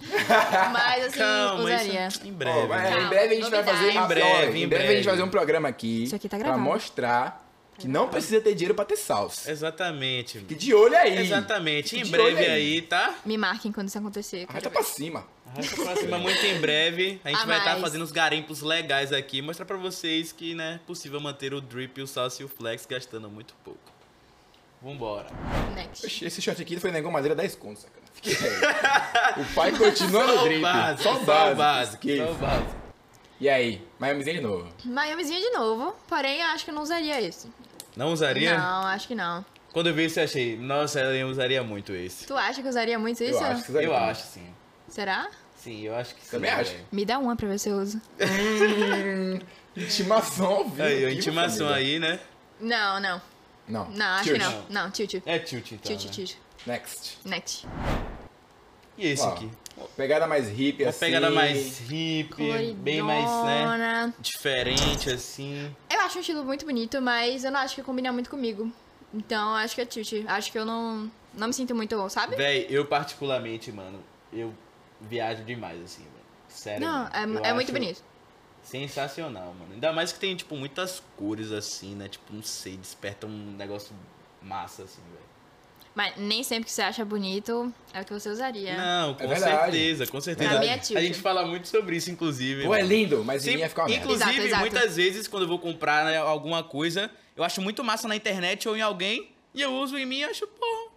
[SPEAKER 3] mas assim, usaria.
[SPEAKER 1] isso em
[SPEAKER 2] Ó,
[SPEAKER 1] breve.
[SPEAKER 2] vai-
[SPEAKER 1] né?
[SPEAKER 2] em breve a gente vai
[SPEAKER 3] novidades.
[SPEAKER 2] fazer.
[SPEAKER 3] Em
[SPEAKER 2] ah,
[SPEAKER 1] breve,
[SPEAKER 2] olha,
[SPEAKER 1] em
[SPEAKER 2] em breve a gente
[SPEAKER 1] breve.
[SPEAKER 2] vai fazer um programa aqui.
[SPEAKER 3] Isso aqui tá
[SPEAKER 2] pra
[SPEAKER 3] gravado.
[SPEAKER 2] mostrar que não precisa ter dinheiro pra ter salsa.
[SPEAKER 1] Exatamente.
[SPEAKER 2] Fique de olho aí.
[SPEAKER 1] Exatamente. Em
[SPEAKER 2] De
[SPEAKER 1] breve
[SPEAKER 2] olho
[SPEAKER 1] aí, tá?
[SPEAKER 3] Me marquem quando isso acontecer.
[SPEAKER 2] Arrasta pra cima.
[SPEAKER 1] Arrasta pra cima muito em breve. A gente
[SPEAKER 3] A
[SPEAKER 1] vai estar
[SPEAKER 3] mais.
[SPEAKER 1] fazendo os garimpos legais aqui. Mostrar pra vocês que né, é possível manter o drip, o salsa e o flex gastando muito pouco. Vambora.
[SPEAKER 3] Next.
[SPEAKER 2] Oxi, Esse shot aqui foi negão madeira 10 contos, sacana. Fique aí. o pai continua no drip. Só o
[SPEAKER 1] Só o
[SPEAKER 2] básico.
[SPEAKER 1] básico.
[SPEAKER 2] Que-
[SPEAKER 1] Só o básico.
[SPEAKER 2] E aí? Miamizinha de novo.
[SPEAKER 3] Miamizinho de novo, porém eu acho que eu não usaria esse.
[SPEAKER 1] Não usaria?
[SPEAKER 3] Não, acho que não.
[SPEAKER 1] Quando eu vi isso, eu achei, nossa, eu usaria muito esse.
[SPEAKER 3] Tu acha que eu usaria muito isso?
[SPEAKER 2] Eu acho que você vai
[SPEAKER 1] Eu
[SPEAKER 2] ver.
[SPEAKER 1] acho, sim.
[SPEAKER 3] Será?
[SPEAKER 1] Sim, eu acho que sim.
[SPEAKER 2] Também acho.
[SPEAKER 1] velho.
[SPEAKER 3] Me dá uma pra ver se eu uso.
[SPEAKER 2] Intimação ao vivo.
[SPEAKER 1] Aí, É, a
[SPEAKER 2] aqui,
[SPEAKER 1] intimação
[SPEAKER 2] meu amigo.
[SPEAKER 1] aí, né?
[SPEAKER 3] Não, não.
[SPEAKER 2] Não.
[SPEAKER 3] Não, acho que
[SPEAKER 2] Tilt.
[SPEAKER 3] não. Não, tio, tio.
[SPEAKER 1] É tilt, então.
[SPEAKER 3] Tio, tio,
[SPEAKER 1] né?
[SPEAKER 3] tio.
[SPEAKER 2] Next.
[SPEAKER 3] Next.
[SPEAKER 1] E esse
[SPEAKER 2] Ó,
[SPEAKER 1] aqui?
[SPEAKER 2] Pegada mais hippie,
[SPEAKER 1] Uma
[SPEAKER 2] assim.
[SPEAKER 1] pegada mais hip, bem mais, né?
[SPEAKER 3] Coloridona.
[SPEAKER 1] Diferente, assim.
[SPEAKER 3] Eu acho um estilo muito bonito, mas eu não acho que combina muito comigo. Então, eu acho que é tilt. Acho que eu não, não me sinto muito, sabe?
[SPEAKER 1] Véi, eu particularmente, mano, eu viajo demais, assim, velho. Sério.
[SPEAKER 3] Não,
[SPEAKER 1] mano. Eu
[SPEAKER 3] é, é muito
[SPEAKER 1] acho
[SPEAKER 3] bonito.
[SPEAKER 1] Sensacional, mano. Ainda mais que tem, tipo, muitas cores, assim, né? Tipo, não sei, desperta um negócio massa, assim, velho.
[SPEAKER 3] Mas nem sempre que você acha bonito é o que você usaria.
[SPEAKER 1] Não, com
[SPEAKER 2] É verdade.
[SPEAKER 1] certeza, com certeza.
[SPEAKER 3] Pra mim é
[SPEAKER 1] a
[SPEAKER 3] tilt.
[SPEAKER 1] gente fala muito sobre isso, inclusive.
[SPEAKER 2] Pô, é
[SPEAKER 1] mano.
[SPEAKER 2] lindo, mas em
[SPEAKER 1] Sim,
[SPEAKER 2] mim ia ficar uma merda.
[SPEAKER 1] Inclusive,
[SPEAKER 3] Exato, exato.
[SPEAKER 1] muitas vezes, quando eu vou comprar né, alguma coisa, eu acho muito massa na internet ou em alguém, e eu uso em mim e acho, pô,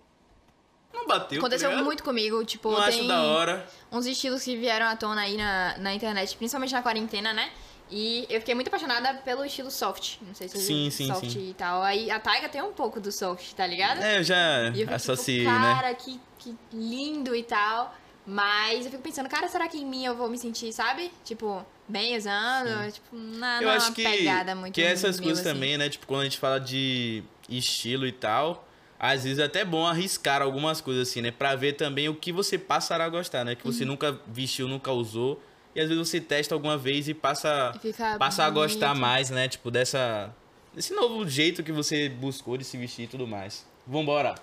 [SPEAKER 1] não bateu,
[SPEAKER 3] Aconteceu
[SPEAKER 1] tá ligado?
[SPEAKER 3] muito comigo, tipo,
[SPEAKER 1] Não
[SPEAKER 3] tem
[SPEAKER 1] acho da hora.
[SPEAKER 3] uns estilos que vieram à tona aí na, na internet, principalmente na quarentena, né? E eu fiquei muito apaixonada pelo estilo soft. Não sei se
[SPEAKER 1] Sim,
[SPEAKER 3] viu
[SPEAKER 1] sim,
[SPEAKER 3] soft
[SPEAKER 1] sim.
[SPEAKER 3] e tal. Aí a Taiga tem um pouco do soft, tá ligado?
[SPEAKER 1] É, eu já
[SPEAKER 3] E eu fico
[SPEAKER 1] associei,
[SPEAKER 3] tipo,
[SPEAKER 1] né?
[SPEAKER 3] cara, que, que lindo e tal. Mas eu fico pensando, cara, será que em mim eu vou me sentir, sabe? Tipo, bem usando, tipo, na,
[SPEAKER 1] Eu
[SPEAKER 3] na
[SPEAKER 1] acho que,
[SPEAKER 3] pegada muito
[SPEAKER 1] que essas
[SPEAKER 3] meu,
[SPEAKER 1] coisas
[SPEAKER 3] assim.
[SPEAKER 1] também, né? Tipo, quando a gente fala de estilo e tal, às vezes é até bom arriscar algumas coisas assim, né? Pra ver também o que você passará a gostar, né? Que você
[SPEAKER 3] Uhum.
[SPEAKER 1] nunca vestiu, nunca usou. E às vezes você testa alguma vez e passa,
[SPEAKER 3] E fica
[SPEAKER 1] passa a gostar
[SPEAKER 3] bonito.
[SPEAKER 1] mais, né? Tipo, dessa. Desse novo jeito que você buscou de se vestir e tudo mais. Vambora!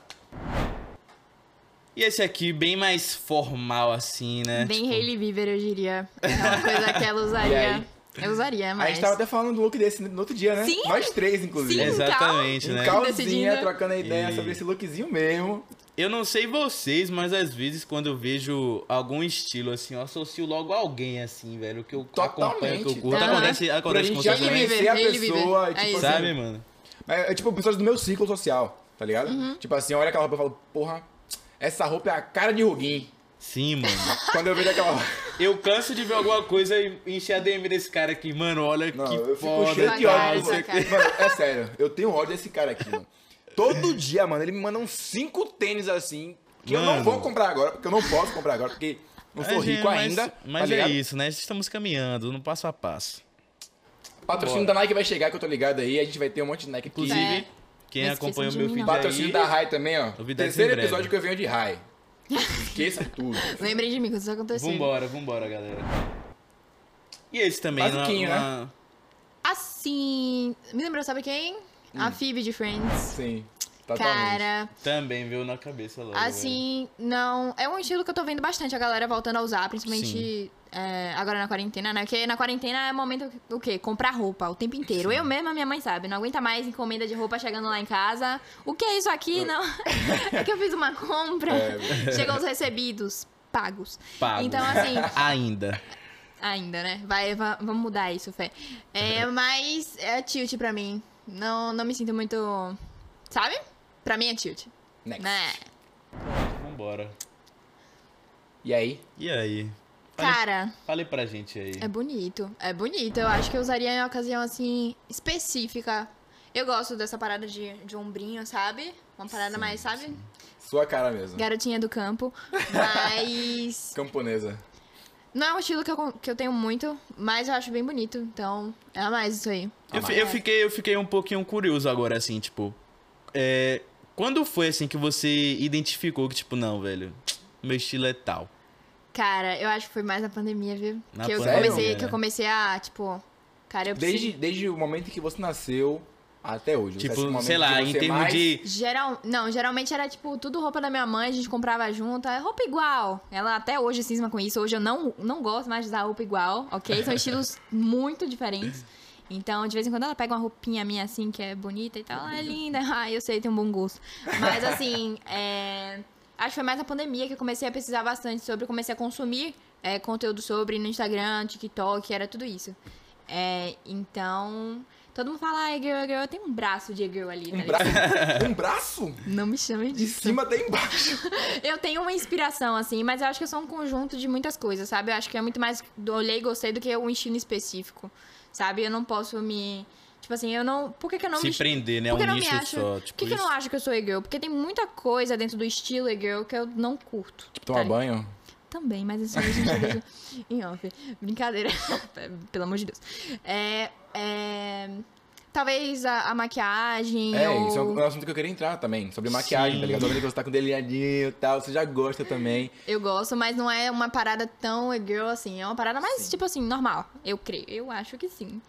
[SPEAKER 1] E esse aqui, bem mais formal, assim, né?
[SPEAKER 3] Bem
[SPEAKER 1] Tipo,
[SPEAKER 3] Hailey Bieber, eu diria. É uma coisa que ela usaria.
[SPEAKER 2] aí?
[SPEAKER 3] Eu usaria,
[SPEAKER 2] A
[SPEAKER 3] mas...
[SPEAKER 2] gente tava até falando do look desse no outro dia, né?
[SPEAKER 3] Sim.
[SPEAKER 2] Nós três, inclusive.
[SPEAKER 3] Sim.
[SPEAKER 1] Exatamente,
[SPEAKER 2] Um
[SPEAKER 1] né?
[SPEAKER 2] calzinha
[SPEAKER 3] Decidindo.
[SPEAKER 2] trocando a ideia
[SPEAKER 1] E-
[SPEAKER 2] sobre esse lookzinho mesmo.
[SPEAKER 1] Eu não sei vocês, mas às vezes quando eu vejo algum estilo assim, eu associo logo a alguém assim, velho, que eu acompanho, que eu
[SPEAKER 2] Totalmente. tá?
[SPEAKER 1] curto.
[SPEAKER 3] Aham.
[SPEAKER 1] Acontece,
[SPEAKER 2] Pra
[SPEAKER 1] acontece com
[SPEAKER 2] gente já
[SPEAKER 1] vocês
[SPEAKER 3] Ele
[SPEAKER 1] também,
[SPEAKER 3] vive,
[SPEAKER 2] conhecer a
[SPEAKER 3] ele vive.
[SPEAKER 2] pessoa.
[SPEAKER 3] É
[SPEAKER 2] tipo,
[SPEAKER 3] isso.
[SPEAKER 2] assim,
[SPEAKER 1] sabe, mano?
[SPEAKER 2] É, é tipo pessoas do meu ciclo social, tá ligado?
[SPEAKER 3] Uhum.
[SPEAKER 2] Tipo assim, olha aquela roupa e falo, porra, essa roupa é a cara de Ruguinho.
[SPEAKER 1] Sim, mano.
[SPEAKER 2] Quando eu vejo aquela roupa.
[SPEAKER 1] Eu canso de ver alguma coisa e encher a DM desse cara aqui, mano, olha
[SPEAKER 2] Não,
[SPEAKER 1] que
[SPEAKER 2] eu fico
[SPEAKER 1] foda.
[SPEAKER 2] cheio de
[SPEAKER 3] cara,
[SPEAKER 2] ódio.
[SPEAKER 3] essa
[SPEAKER 2] Você...
[SPEAKER 3] cara.
[SPEAKER 2] Mano, é sério, eu tenho ódio desse cara aqui, mano. Todo dia, mano, ele me manda uns cinco tênis assim, que eu não
[SPEAKER 1] Mano.
[SPEAKER 2] vou comprar agora, porque eu não posso comprar agora, porque não sou
[SPEAKER 1] Mas,
[SPEAKER 2] rico
[SPEAKER 1] É, mas-
[SPEAKER 2] ainda.
[SPEAKER 1] Mas
[SPEAKER 2] tá
[SPEAKER 1] é
[SPEAKER 2] ligado?
[SPEAKER 1] isso, né? Estamos caminhando, no passo a passo.
[SPEAKER 2] Patrocínio da Nike vai chegar, que eu tô ligado aí, a gente vai ter um monte de Nike.
[SPEAKER 1] Inclusive,
[SPEAKER 2] Inclusive,
[SPEAKER 3] É.
[SPEAKER 1] quem
[SPEAKER 3] Não
[SPEAKER 1] acompanha o
[SPEAKER 3] esqueçam
[SPEAKER 1] meu
[SPEAKER 3] de mim,
[SPEAKER 1] feed
[SPEAKER 3] não.
[SPEAKER 2] patrocínio
[SPEAKER 1] aí,
[SPEAKER 2] da Rai também, ó.
[SPEAKER 1] Novidades
[SPEAKER 2] Terceiro
[SPEAKER 1] em breve.
[SPEAKER 2] episódio que eu venho de Rai. Esqueça tudo.
[SPEAKER 3] Lembrem de mim quando isso acontecer.
[SPEAKER 1] vambora, vambora, galera. E esse também, uma,
[SPEAKER 2] Basiquinho, né?
[SPEAKER 1] uma...
[SPEAKER 3] Assim... Me lembrou, sabe quem?
[SPEAKER 1] Hum.
[SPEAKER 3] A Phoebe de Friends.
[SPEAKER 2] Sim, totalmente.
[SPEAKER 3] Cara...
[SPEAKER 1] também veio na cabeça logo. velho.
[SPEAKER 3] Assim, não. É um estilo que eu tô vendo bastante a galera voltando a usar, principalmente é, agora na quarentena, né? Porque na quarentena é momento do quê? Comprar roupa o tempo inteiro. Eu mesma, minha mãe sabe, não aguenta mais encomenda de roupa chegando lá em casa. O que é isso aqui? Não. é que eu fiz uma compra. Chegou os recebidos. Pagos.
[SPEAKER 1] Pagos.
[SPEAKER 3] Então, assim,
[SPEAKER 1] Ainda.
[SPEAKER 3] ainda, né? Vai, va- vamos mudar isso, Fé. É, mas é tilt pra mim. Não, não me sinto muito. Sabe? Pra mim é tilt.
[SPEAKER 2] Next.
[SPEAKER 3] Né?
[SPEAKER 1] Vambora.
[SPEAKER 2] E aí?
[SPEAKER 1] E aí? Fale,
[SPEAKER 3] Cara.
[SPEAKER 1] fale pra gente aí.
[SPEAKER 3] É bonito, é bonito. Eu acho que eu usaria em ocasião assim específica. Eu gosto dessa parada de, de ombrinho, sabe? Uma parada mais, sabe?
[SPEAKER 2] Sua
[SPEAKER 1] tá.
[SPEAKER 2] cara mesmo.
[SPEAKER 3] Garotinha do campo. Mas.
[SPEAKER 2] Camponesa.
[SPEAKER 3] não é um estilo que eu, con- que eu tenho muito, mas eu acho bem bonito. Então, é a mais isso aí.
[SPEAKER 1] Eu, fi- eu fiquei, eu fiquei um pouquinho curioso agora, assim, tipo. é, quando foi assim que você identificou que, tipo, não, velho, meu estilo é tal?
[SPEAKER 3] Cara, eu acho que foi mais na pandemia, viu?
[SPEAKER 1] Na
[SPEAKER 3] que, eu
[SPEAKER 1] pandemia,
[SPEAKER 3] comecei,
[SPEAKER 1] né?
[SPEAKER 3] que eu comecei a, tipo... Cara, eu preciso...
[SPEAKER 2] Desde, desde o momento que você nasceu até hoje. Você acha que o
[SPEAKER 1] Tipo,
[SPEAKER 2] momento
[SPEAKER 1] sei lá,
[SPEAKER 2] que
[SPEAKER 1] em
[SPEAKER 2] você
[SPEAKER 1] termos
[SPEAKER 2] mais-
[SPEAKER 1] de.
[SPEAKER 3] Geral... Não, geralmente era, tipo, tudo roupa da minha mãe, a gente comprava junto. É roupa igual. Ela até hoje é cisma com isso. Hoje eu não, não gosto mais de usar roupa igual, ok? São estilos muito diferentes. Então, de vez em quando ela pega uma roupinha minha, assim, que é bonita e tal. Ah, é linda. Ah, eu sei, tem um bom gosto. Mas, assim, é... acho que foi mais na pandemia que eu comecei a pesquisar bastante sobre. Comecei a consumir é, conteúdo sobre no Instagram, TikTok, era tudo isso. É, então... Todo mundo fala, ai, girl, girl, tem um braço de girl ali, tá
[SPEAKER 2] Um
[SPEAKER 3] ligado?
[SPEAKER 2] braço? um braço?
[SPEAKER 3] Não me chame
[SPEAKER 2] De
[SPEAKER 3] disso.
[SPEAKER 2] cima até embaixo.
[SPEAKER 3] Eu tenho uma inspiração, assim, mas eu acho que eu sou um conjunto de muitas coisas, sabe? Eu acho que é muito mais do olhei e gostei do que um estilo específico, sabe? Eu não posso me. Tipo assim, eu não. Por que, que eu não
[SPEAKER 1] se
[SPEAKER 3] me.
[SPEAKER 1] prender, né?
[SPEAKER 3] Por que eu
[SPEAKER 1] um
[SPEAKER 3] não me
[SPEAKER 1] nicho
[SPEAKER 3] acho.
[SPEAKER 1] só.
[SPEAKER 3] Por
[SPEAKER 1] Tipo,
[SPEAKER 3] que, que eu não
[SPEAKER 1] isso.
[SPEAKER 3] acho que eu sou e-girl? Porque tem muita coisa dentro do estilo e-girl que eu não curto.
[SPEAKER 2] Tipo, tomar
[SPEAKER 3] tá?
[SPEAKER 2] banho.
[SPEAKER 3] Também, mas isso a gente deixa em off. Brincadeira. Pelo amor de Deus. É. é, Talvez a, a maquiagem.
[SPEAKER 2] É,
[SPEAKER 3] ou...
[SPEAKER 2] isso é um assunto que eu queria entrar também. Sobre maquiagem, tá ligado? Toda vez que você tá com delineadinho e tal, você já gosta também.
[SPEAKER 3] Eu gosto, mas não é uma parada tão girl assim. É uma parada mais, tipo assim, normal. Eu creio. Eu acho que sim.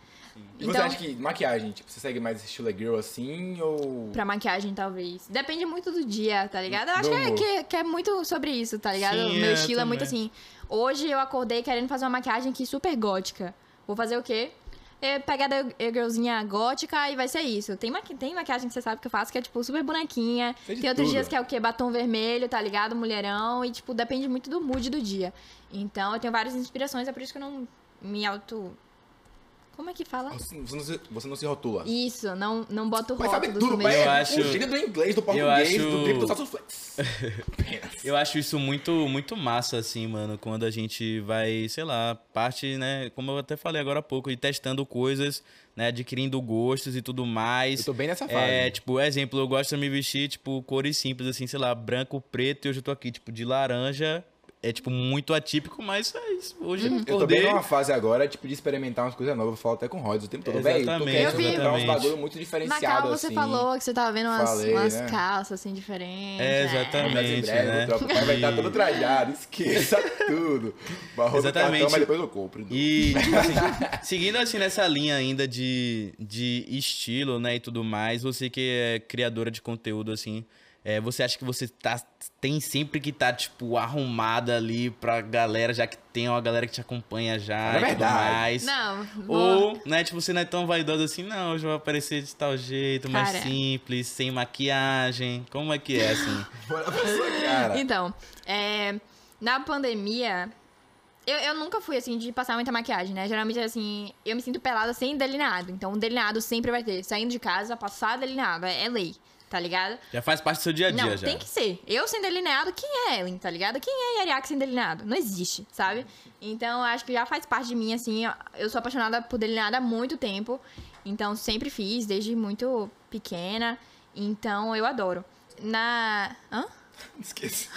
[SPEAKER 3] Então,
[SPEAKER 2] E você acha que maquiagem, tipo, você segue mais estilo girl assim ou...
[SPEAKER 3] Pra maquiagem, talvez. Depende muito do dia, tá ligado? Eu acho
[SPEAKER 2] Do
[SPEAKER 3] que é,
[SPEAKER 2] humor.
[SPEAKER 3] que- que é muito sobre isso, tá ligado?
[SPEAKER 1] Sim,
[SPEAKER 3] Meu
[SPEAKER 1] é,
[SPEAKER 3] estilo é
[SPEAKER 1] também.
[SPEAKER 3] muito assim. Hoje eu acordei querendo fazer uma maquiagem aqui super gótica. Vou fazer o quê? É pegar da girlzinha gótica e vai ser isso. Tem, maqui tem maquiagem que você sabe que eu faço que é, tipo, super bonequinha.
[SPEAKER 2] Tem de
[SPEAKER 3] Tem outros
[SPEAKER 2] tudo.
[SPEAKER 3] dias que é o quê? Batom vermelho, tá ligado? Mulherão. E, tipo, depende muito do mood do dia. Então, eu tenho várias inspirações, é por isso que eu não me auto... Como é que fala?
[SPEAKER 2] Você não se, você não se rotula.
[SPEAKER 3] Isso, não, não boto
[SPEAKER 2] Mas sabe
[SPEAKER 3] rótulos
[SPEAKER 2] tudo,
[SPEAKER 3] no
[SPEAKER 2] mas
[SPEAKER 3] meio.
[SPEAKER 1] Eu
[SPEAKER 2] é
[SPEAKER 1] acho-
[SPEAKER 2] o gênio do inglês, do português,
[SPEAKER 1] acho-
[SPEAKER 2] do triplo do sassoflex. Apenas.
[SPEAKER 1] Eu acho isso muito, muito massa, assim, mano, quando a gente vai, sei lá, parte, né, como eu até falei agora há pouco, de testando coisas, né, adquirindo gostos e tudo mais.
[SPEAKER 2] Eu tô bem nessa fase.
[SPEAKER 1] É, tipo, exemplo, eu gosto de me vestir, tipo, cores simples, assim, sei lá, branco, preto, e hoje eu tô aqui, tipo, de laranja. É, tipo, muito atípico, mas é isso. Hoje eu
[SPEAKER 2] Eu tô bem
[SPEAKER 1] acordei.
[SPEAKER 2] numa fase agora, tipo, de experimentar umas coisas novas. Eu falo até com o Rods o tempo todo. Velho, tu
[SPEAKER 1] Exatamente,
[SPEAKER 2] quer experimentar uns
[SPEAKER 1] exatamente.
[SPEAKER 2] bagulho muito
[SPEAKER 3] Na
[SPEAKER 2] diferenciado,
[SPEAKER 3] Macau, você
[SPEAKER 2] assim.
[SPEAKER 3] falou que você tava vendo umas,
[SPEAKER 2] Falei,
[SPEAKER 3] umas
[SPEAKER 2] né?
[SPEAKER 3] calças assim diferentes.
[SPEAKER 1] É,
[SPEAKER 2] Mas em
[SPEAKER 1] exatamente,
[SPEAKER 2] breve,
[SPEAKER 1] né?
[SPEAKER 2] o tropa vai estar
[SPEAKER 1] E-
[SPEAKER 2] todo trajado, esqueça tudo. Barrou do
[SPEAKER 1] Exatamente.
[SPEAKER 2] cartão, mas depois eu compro.
[SPEAKER 1] E, tipo assim, seguindo assim nessa linha ainda de, de estilo, né, e tudo mais, você que é criadora de conteúdo, assim, é, você acha que você tá, tem sempre que tá, tipo, arrumada ali pra galera, já que tem uma galera que te acompanha já e
[SPEAKER 2] Fala a
[SPEAKER 1] tudo
[SPEAKER 2] verdade.
[SPEAKER 1] mais?
[SPEAKER 3] Não, vou...
[SPEAKER 1] Ou, né, tipo, você não é tão vaidosa assim, não, hoje eu vou aparecer de tal jeito, mais
[SPEAKER 3] Cara.
[SPEAKER 1] simples, sem maquiagem, como é que é, assim?
[SPEAKER 2] Bora pra sua cara.
[SPEAKER 3] Então, é, na pandemia, eu, eu nunca fui assim de passar muita maquiagem, né? Geralmente, assim, eu me sinto pelada sem delineado. Então, um delineado sempre vai ter. Saindo de casa, passar delineado. É, é lei, tá ligado?
[SPEAKER 1] Já faz parte do seu dia a dia,
[SPEAKER 3] Não,
[SPEAKER 1] já.
[SPEAKER 3] tem que ser. Eu sem delineado, quem é Ellen, tá ligado? Quem é Yariak sem delineado? Não existe, sabe? Então, eu acho que já faz parte de mim, assim. ó, Eu sou apaixonada por delineado há muito tempo. Então, sempre fiz, desde muito pequena. Então, eu adoro. Na. Hã?
[SPEAKER 2] Esqueci.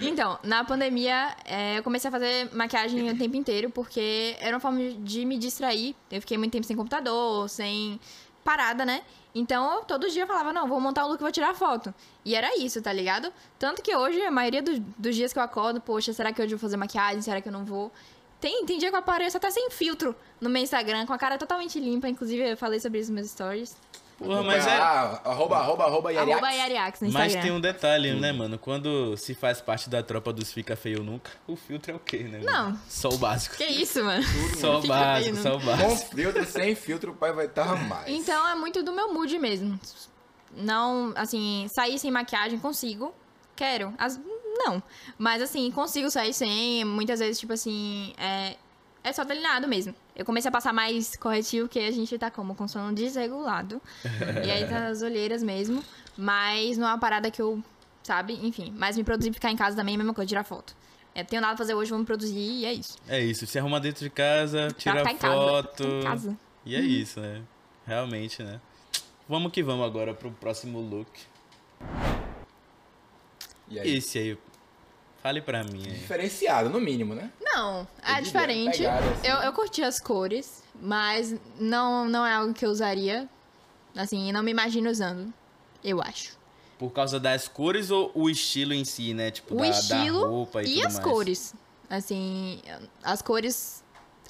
[SPEAKER 3] Então, na pandemia, é, eu comecei a fazer maquiagem o tempo inteiro, porque era uma forma de me distrair. Eu fiquei muito tempo sem computador, sem parada, né? Então, eu todo dia falava, não, vou montar um look, e vou tirar foto. E era isso, tá ligado? Tanto que hoje, a maioria do- dos dias que eu acordo, poxa, será que hoje eu vou fazer maquiagem? Será que eu não vou? Tem, tem dia que eu apareço até sem filtro no meu Instagram, com a cara totalmente limpa. Inclusive, eu falei sobre isso nos meus stories.
[SPEAKER 1] Porra, mas é...
[SPEAKER 2] Ah, arroba, arroba, arroba, Yariax.
[SPEAKER 3] Arroba Yariax no Instagram.
[SPEAKER 1] Mas tem um detalhe, né, mano? Quando se faz parte da tropa dos Fica Feio Nunca, o filtro é o quê, né? mano?
[SPEAKER 3] Não.
[SPEAKER 1] Só o básico.
[SPEAKER 3] Que isso, mano?
[SPEAKER 1] Só o
[SPEAKER 3] Fica
[SPEAKER 1] básico,
[SPEAKER 3] feio,
[SPEAKER 1] só o
[SPEAKER 2] Com
[SPEAKER 1] básico.
[SPEAKER 2] filtro, sem filtro, o pai vai estar mais.
[SPEAKER 3] Então é muito do meu mood mesmo. Não, assim, sair sem maquiagem consigo. Quero. As- não. Mas assim, consigo sair sem. Muitas vezes, tipo assim, é, é só delineado mesmo. Eu comecei a passar mais corretivo, que a gente tá como? Com sono desregulado. e aí tá as olheiras mesmo. Mas não é uma parada que eu, sabe? Enfim. Mas me produzir e ficar em casa também é a mesma coisa, tirar foto. É, tenho nada pra fazer hoje, vou me produzir e é isso.
[SPEAKER 1] É isso, se arruma dentro de casa, tira
[SPEAKER 3] ficar Tá, em casa,
[SPEAKER 1] foto.
[SPEAKER 3] ficar em casa.
[SPEAKER 1] E é isso, né? Realmente, né? Vamos que vamos agora pro próximo look.
[SPEAKER 2] E aí?
[SPEAKER 1] Esse aí. Fale pra mim aí.
[SPEAKER 2] Diferenciado, no mínimo, né?
[SPEAKER 3] Não, é
[SPEAKER 2] Ele
[SPEAKER 3] diferente.
[SPEAKER 2] deu uma pegada, assim.
[SPEAKER 3] Eu, eu curti as cores, mas não, não é algo que eu usaria. Assim, não me imagino usando, eu acho.
[SPEAKER 1] Por causa das cores ou o estilo em si, né? Tipo,
[SPEAKER 3] o
[SPEAKER 1] da,
[SPEAKER 3] estilo
[SPEAKER 1] da roupa e,
[SPEAKER 3] e,
[SPEAKER 1] tudo
[SPEAKER 3] as
[SPEAKER 1] mais.
[SPEAKER 3] cores. Assim, as cores.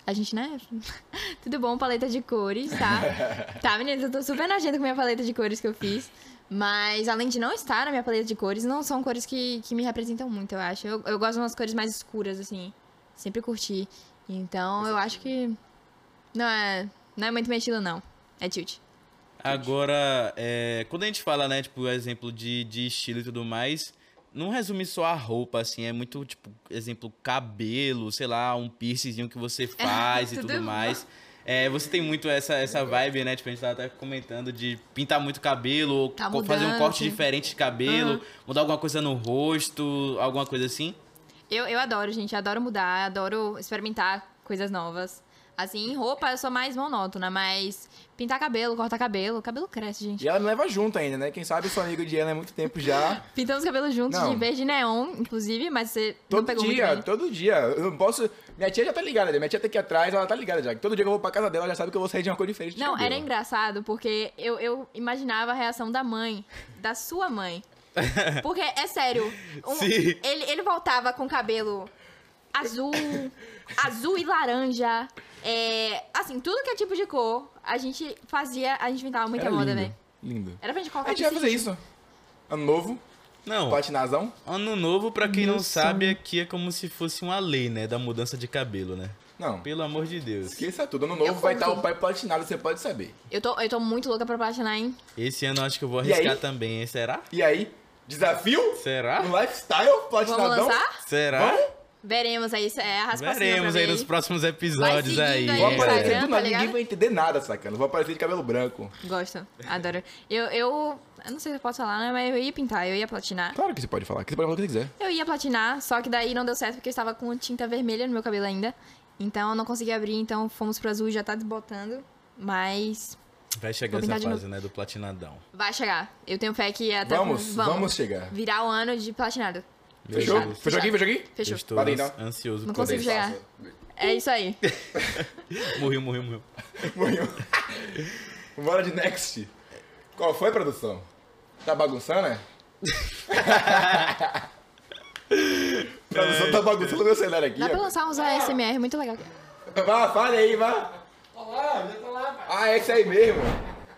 [SPEAKER 3] A gente, né? Tudo bom, paleta de cores, tá? tá, meninas, eu tô super na agenda com a minha paleta de cores que eu fiz. Mas, além de não estar na minha paleta de cores, não são cores que, que me representam muito, eu acho. Eu, eu gosto de umas cores mais escuras, assim. Sempre curti. Então, eu acho que. Não é, não é muito meu estilo, não. É tilt.
[SPEAKER 1] Agora, é, quando a gente fala, né, tipo, exemplo de, de estilo e tudo mais, não resume só a roupa, assim, é muito, tipo, exemplo, cabelo, sei lá, um piercingzinho que você faz e
[SPEAKER 3] tudo
[SPEAKER 1] tudo
[SPEAKER 3] bom.
[SPEAKER 1] mais. É, você tem muito essa, essa vibe, né? Tipo, a gente tava até comentando de pintar muito cabelo, ou
[SPEAKER 3] Tá
[SPEAKER 1] co- fazer um
[SPEAKER 3] mudando,
[SPEAKER 1] corte
[SPEAKER 3] sim.
[SPEAKER 1] diferente de cabelo,
[SPEAKER 3] Aham.
[SPEAKER 1] mudar alguma coisa no rosto, alguma coisa assim.
[SPEAKER 3] Eu, eu adoro, gente. Adoro mudar, adoro experimentar coisas novas. Assim, em roupa eu sou mais monótona, mas pintar cabelo, cortar cabelo, cabelo cresce, gente.
[SPEAKER 2] E ela me leva junto ainda, né? Quem sabe eu sou amigo de Ana há muito tempo já.
[SPEAKER 3] Pintamos cabelo juntos
[SPEAKER 2] Não.
[SPEAKER 3] de verde neon, inclusive, mas você não
[SPEAKER 2] Todo
[SPEAKER 3] pegou
[SPEAKER 2] dia,
[SPEAKER 3] muito bem.
[SPEAKER 2] todo dia. Eu não posso. Minha tia já tá ligada, né? Minha tia tá aqui atrás, ela tá ligada já. Todo dia que eu vou pra casa dela, ela já sabe que eu vou sair de uma cor diferente. de
[SPEAKER 3] Não,
[SPEAKER 2] cabelo.
[SPEAKER 3] era engraçado porque eu, eu imaginava a reação da mãe, da sua mãe. Porque, é sério, um-
[SPEAKER 1] Sim.
[SPEAKER 3] ele, ele voltava com cabelo azul, azul e laranja. é, assim, tudo que é tipo de cor, a gente fazia, a gente inventava muita
[SPEAKER 2] Era
[SPEAKER 3] moda,
[SPEAKER 2] lindo,
[SPEAKER 3] né?
[SPEAKER 2] Lindo.
[SPEAKER 3] Era pra gente
[SPEAKER 2] A
[SPEAKER 3] colocar
[SPEAKER 2] gente vai
[SPEAKER 3] de
[SPEAKER 2] fazer
[SPEAKER 3] sítio.
[SPEAKER 2] isso. Ano novo,
[SPEAKER 1] Não,
[SPEAKER 2] patinazão.
[SPEAKER 1] ano novo, pra quem não
[SPEAKER 3] Meu
[SPEAKER 1] sabe,
[SPEAKER 3] sonho.
[SPEAKER 1] aqui é como se fosse uma lei, né? Da mudança de cabelo, né?
[SPEAKER 2] Não.
[SPEAKER 1] Pelo amor de Deus.
[SPEAKER 2] Esqueça tudo. Ano novo
[SPEAKER 3] Eu
[SPEAKER 2] vai estar
[SPEAKER 3] conto.
[SPEAKER 2] o pai platinado, você pode saber.
[SPEAKER 3] Eu tô, eu tô muito louca pra platinar, hein?
[SPEAKER 1] Esse ano eu acho que eu vou
[SPEAKER 2] E aí?
[SPEAKER 1] arriscar também, hein? Será?
[SPEAKER 2] E aí, desafio?
[SPEAKER 1] Será?
[SPEAKER 2] Um lifestyle platinadão?
[SPEAKER 3] Vamos lançar?
[SPEAKER 1] Será?
[SPEAKER 2] Vamos?
[SPEAKER 3] Veremos aí, isso é a raspacinha
[SPEAKER 1] Veremos
[SPEAKER 3] pra
[SPEAKER 1] aí
[SPEAKER 3] ver
[SPEAKER 1] nos próximos episódios
[SPEAKER 3] Vai
[SPEAKER 1] aí.
[SPEAKER 3] seguindo aí,
[SPEAKER 2] Vou
[SPEAKER 3] É.
[SPEAKER 2] aparecer
[SPEAKER 3] Instagram,
[SPEAKER 2] do nada,
[SPEAKER 3] tá
[SPEAKER 2] ninguém
[SPEAKER 3] ligado?
[SPEAKER 2] vai entender nada, sacana. Vou aparecer de cabelo branco.
[SPEAKER 3] Gosto, adoro. Eu, eu, eu não sei se eu posso falar, né? Mas eu ia pintar, eu ia platinar.
[SPEAKER 2] Claro que você pode falar, que você pode falar o que você quiser.
[SPEAKER 3] Eu ia platinar, só que daí não deu certo porque eu estava com tinta vermelha no meu cabelo ainda. Então eu não consegui abrir, então fomos pro azul e já tá desbotando. Mas
[SPEAKER 1] Vai chegar
[SPEAKER 3] Vou pintar
[SPEAKER 1] essa
[SPEAKER 3] de
[SPEAKER 1] fase, né, do platinadão.
[SPEAKER 3] vai chegar. Eu tenho fé que até.
[SPEAKER 2] Vamos, vamos chegar.
[SPEAKER 3] Virar o ano de platinado.
[SPEAKER 1] Meu
[SPEAKER 2] Fechou?
[SPEAKER 1] Deus,
[SPEAKER 2] Fechou aqui, fechou aqui?
[SPEAKER 1] Eu
[SPEAKER 3] Fechou.
[SPEAKER 1] estou
[SPEAKER 2] Bate aí,
[SPEAKER 1] ans-
[SPEAKER 2] então.
[SPEAKER 1] ansioso
[SPEAKER 3] Não
[SPEAKER 1] por
[SPEAKER 3] consigo
[SPEAKER 1] isso.
[SPEAKER 3] chegar. É isso aí.
[SPEAKER 1] Morreu, morreu, morreu.
[SPEAKER 2] Morreu. Bora de next. Qual foi, produção? Tá bagunçando, né? produção tá bagunçando meu cenário aqui.
[SPEAKER 3] Dá pra
[SPEAKER 2] ó.
[SPEAKER 3] lançar uns ASMR muito legal.
[SPEAKER 2] Vá, fale aí, vá. Ah, é isso aí mesmo.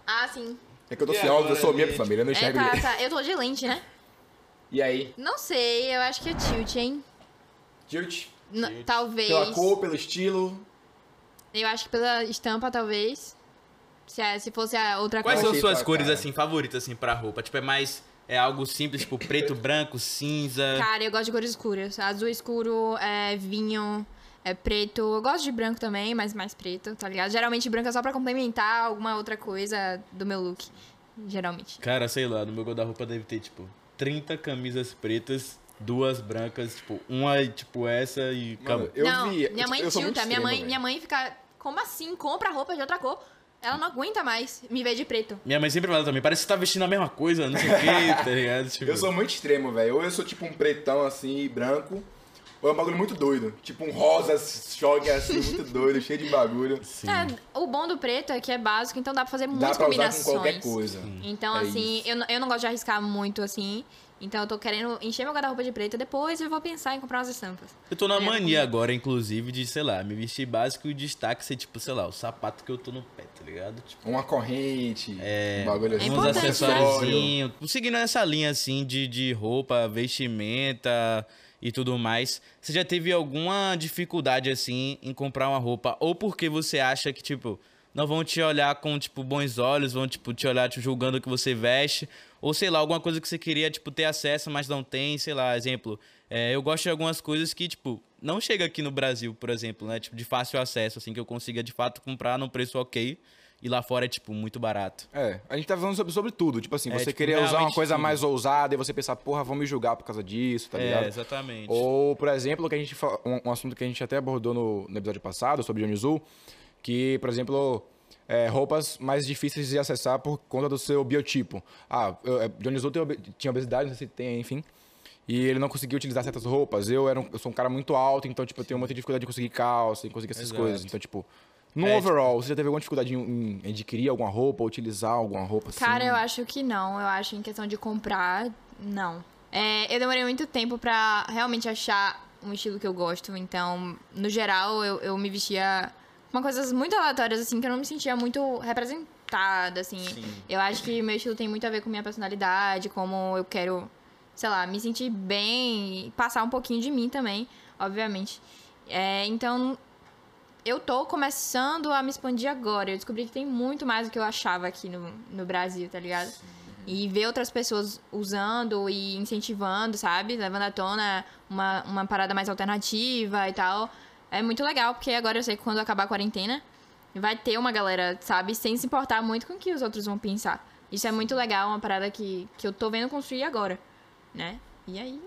[SPEAKER 3] Ah, sim.
[SPEAKER 2] É que eu tô
[SPEAKER 1] E
[SPEAKER 2] sem óculos, eu
[SPEAKER 1] agora,
[SPEAKER 2] sou minha pra
[SPEAKER 1] gente?
[SPEAKER 2] família, eu não
[SPEAKER 3] É,
[SPEAKER 2] enxergo
[SPEAKER 3] tá,
[SPEAKER 2] direito.
[SPEAKER 3] tá. Eu tô de lente, né?
[SPEAKER 2] E aí?
[SPEAKER 3] Não sei, eu acho que é tilt, hein?
[SPEAKER 2] Tilt?
[SPEAKER 3] N- talvez.
[SPEAKER 2] Pela cor, pelo estilo.
[SPEAKER 3] Eu acho que pela estampa, talvez. Se, é- se fosse a outra
[SPEAKER 1] Quais
[SPEAKER 2] Eu
[SPEAKER 1] são
[SPEAKER 3] cor.
[SPEAKER 2] achei
[SPEAKER 1] suas
[SPEAKER 2] pra
[SPEAKER 1] cores,
[SPEAKER 2] cara.
[SPEAKER 1] assim, favoritas, assim, pra roupa? Tipo, é mais... É algo simples, tipo, preto, branco, cinza...
[SPEAKER 3] Cara, eu gosto de cores escuras. Azul escuro, é, vinho, é, preto. Eu gosto de branco também, mas mais preto, tá ligado? Geralmente branco é só pra complementar alguma outra coisa do meu look. Geralmente.
[SPEAKER 1] Cara, sei lá, no meu guarda-roupa deve ter, tipo, 30 camisas pretas, duas brancas, tipo, uma, tipo, essa e...
[SPEAKER 2] Mano,
[SPEAKER 1] acabou.
[SPEAKER 2] eu
[SPEAKER 3] não,
[SPEAKER 2] vi.
[SPEAKER 3] minha mãe
[SPEAKER 2] eu sou muito
[SPEAKER 3] tilta. Minha
[SPEAKER 2] extremo,
[SPEAKER 3] mãe,
[SPEAKER 2] velho.
[SPEAKER 3] minha mãe fica. Como assim? Compra roupa de outra cor. Ela não aguenta mais me ver de preto.
[SPEAKER 1] Minha mãe sempre fala também, parece que você tá vestindo a mesma coisa, não sei o quê, tá ligado? Tipo,
[SPEAKER 2] Eu sou muito extremo, velho. Ou eu sou tipo um pretão assim, branco. Ou é um bagulho muito doido. Tipo um rosa choque assim, muito doido, cheio de bagulho.
[SPEAKER 1] Sim.
[SPEAKER 3] É, o bom do preto é que é básico, então dá pra fazer
[SPEAKER 2] Dá
[SPEAKER 3] muitas
[SPEAKER 2] pra usar com
[SPEAKER 3] combinações.
[SPEAKER 2] qualquer coisa.
[SPEAKER 3] Então,
[SPEAKER 2] É
[SPEAKER 3] assim,
[SPEAKER 2] isso.
[SPEAKER 3] eu, não- eu não gosto de arriscar muito, assim. Então, eu tô querendo encher meu guarda-roupa de preto. Depois eu vou pensar em comprar umas estampas.
[SPEAKER 1] Eu tô na
[SPEAKER 3] É,
[SPEAKER 1] mania agora, inclusive, de, sei lá, me vestir básico e o destaque ser, tipo, sei lá, o sapato que eu tô no pé, tá ligado? Tipo,
[SPEAKER 2] Uma corrente, um bagulho assim.
[SPEAKER 3] É
[SPEAKER 1] uns
[SPEAKER 3] importante, né?
[SPEAKER 1] acessóriozinhos. Seguindo essa linha, assim, de, de roupa, vestimenta e tudo mais, você já teve alguma dificuldade, assim, em comprar uma roupa? Ou porque você acha que, tipo, não vão te olhar com, tipo, bons olhos, vão, tipo, te olhar te julgando o que você veste? Ou, sei lá, alguma coisa que você queria, tipo, ter acesso, mas não tem, sei lá, exemplo. é, eu gosto de algumas coisas que, tipo, não chega aqui no Brasil, por exemplo, né? Tipo, de fácil acesso, assim, que eu consiga, de fato, comprar num preço ok. E lá fora é, tipo, muito barato.
[SPEAKER 2] É, a gente tá falando sobre, sobre tudo. Tipo assim,
[SPEAKER 1] É,
[SPEAKER 2] você
[SPEAKER 1] tipo,
[SPEAKER 2] querer usar uma
[SPEAKER 1] realmente
[SPEAKER 2] coisa
[SPEAKER 1] tudo.
[SPEAKER 2] mais ousada e você pensar, porra, vão me julgar por causa disso, tá
[SPEAKER 1] é,
[SPEAKER 2] ligado?
[SPEAKER 1] exatamente.
[SPEAKER 2] Ou, por exemplo, que a gente fa- um, um assunto que a gente até abordou no, no episódio passado sobre Johnny Zul, que, por exemplo, é, roupas mais difíceis de acessar por conta do seu biotipo. Ah, eu, é, Johnny Zul tem obe- tinha obesidade, não sei se tem, enfim. E ele não conseguia utilizar certas roupas. Eu era um- eu sou um cara muito alto, então, tipo, eu tenho muita dificuldade de conseguir calça, de conseguir essas
[SPEAKER 1] Exato.
[SPEAKER 2] coisas. Então, tipo, No
[SPEAKER 1] É,
[SPEAKER 2] overall, você já teve alguma dificuldade em, em adquirir alguma roupa, utilizar alguma roupa assim?
[SPEAKER 3] Cara, eu acho que não. Eu acho em questão de comprar, não. É, eu demorei muito tempo pra realmente achar um estilo que eu gosto. Então, no geral, eu, eu me vestia uma coisas muito aleatórias, assim, que eu não me sentia muito representada, assim.
[SPEAKER 1] Sim.
[SPEAKER 3] Eu acho que meu estilo tem muito a ver com minha personalidade, como eu quero, sei lá, me sentir bem e passar um pouquinho de mim também, obviamente. É, então, eu tô começando a me expandir agora. Eu descobri que tem muito mais do que eu achava aqui no, no Brasil, tá ligado? E ver outras pessoas usando e incentivando, sabe? Levando à tona uma, uma parada mais alternativa e tal. É muito legal, porque agora eu sei que quando acabar a quarentena, vai ter uma galera, sabe? Sem se importar muito com o que os outros vão pensar. Isso é muito legal, uma parada que, que eu tô vendo construir agora, né? E aí,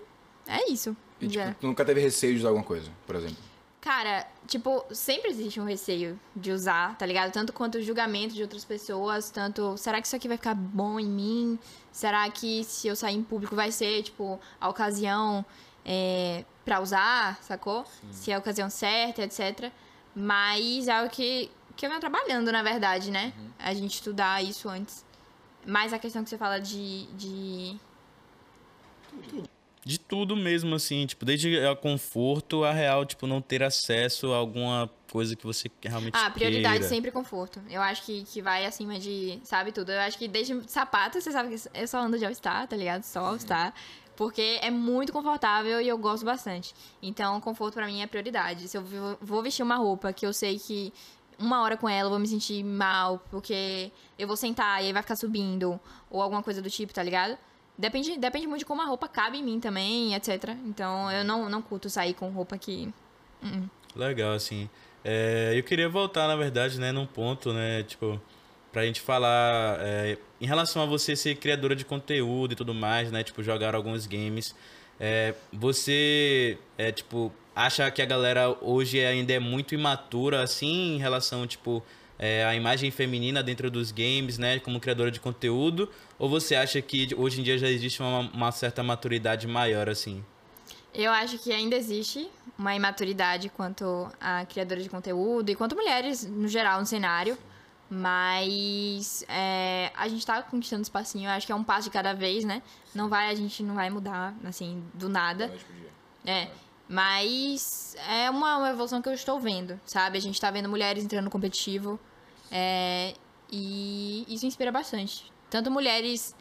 [SPEAKER 3] é isso.
[SPEAKER 2] E, tipo,
[SPEAKER 3] Já.
[SPEAKER 2] tu nunca teve receio de usar alguma coisa, por exemplo.
[SPEAKER 3] Cara, tipo, sempre existe um receio de usar, tá ligado? Tanto quanto o julgamento de outras pessoas, tanto será que isso aqui vai ficar bom em mim? Será que se eu sair em público vai ser, tipo, a ocasião é, pra usar, sacou? Se é a ocasião certa, etc. Mas é algo que, que eu venho trabalhando, na verdade, né? A gente estudar isso antes. Mas a questão que você fala de. de...
[SPEAKER 1] De tudo mesmo, assim, tipo, desde o conforto a real, tipo, não ter acesso a alguma coisa que você realmente
[SPEAKER 3] Ah, prioridade
[SPEAKER 1] queira.
[SPEAKER 3] sempre conforto. Eu acho que, que vai acima de, sabe, tudo. Eu acho que desde sapato, você sabe que eu só ando de All-Star, tá ligado? Só All-Star. Porque é muito confortável e eu gosto bastante. Então, conforto pra mim é prioridade. Se eu vou- vou vestir uma roupa que eu sei que uma hora com ela eu vou me sentir mal, porque eu vou sentar e aí vai ficar subindo, ou alguma coisa do tipo, tá ligado? Depende, depende muito de como a roupa cabe em mim também, etc. Então, eu não, não curto sair com roupa que.
[SPEAKER 1] Legal, assim. É, eu queria voltar, na verdade, né, num ponto, né, tipo, pra gente falar é, em relação a você ser criadora de conteúdo e tudo mais, né, tipo, jogar alguns games. É, você, é, tipo, acha que a galera hoje ainda é muito imatura, assim, em relação, tipo, é, a imagem feminina dentro dos games, né, como criadora de conteúdo? Ou você acha que hoje em dia já existe uma, uma certa maturidade maior, assim?
[SPEAKER 3] Eu acho que ainda existe uma imaturidade quanto a criadora de conteúdo e quanto mulheres no geral no cenário. Mas é, a gente tá conquistando espacinho, eu acho que é um passo de cada vez, né? Não vai, a gente não vai mudar, assim, do nada. É. Mas é uma, uma evolução que eu estou vendo, sabe? A gente tá vendo mulheres entrando no competitivo. é, e isso inspira bastante. Tanto mulheres,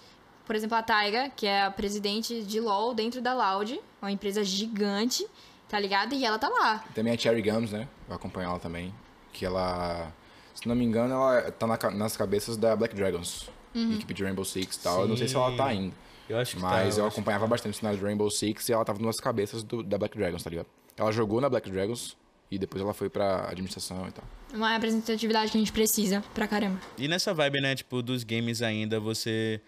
[SPEAKER 3] por exemplo, a Taiga, que é a presidente de LOL dentro da Loud, uma empresa gigante, tá ligado? E ela tá lá.
[SPEAKER 2] Também a Cherry Gums, né? Eu acompanho ela também. Que ela, se não me engano, ela tá na ca- nas cabeças da Black Dragons.
[SPEAKER 3] Uhum.
[SPEAKER 2] Equipe de Rainbow Six e tal. Eu não sei se ela tá
[SPEAKER 1] Sim.
[SPEAKER 2] ainda.
[SPEAKER 1] Eu acho que tá,
[SPEAKER 2] Mas eu
[SPEAKER 1] acho que
[SPEAKER 2] acompanhava bastante o cenário de Rainbow Six e ela tava nas cabeças do- da Black Dragons, tá ligado? Ela jogou na Black Dragons e depois ela foi pra administração e tal.
[SPEAKER 3] Uma representatividade que a gente precisa pra caramba.
[SPEAKER 1] E nessa vibe, né, tipo, dos games ainda, você.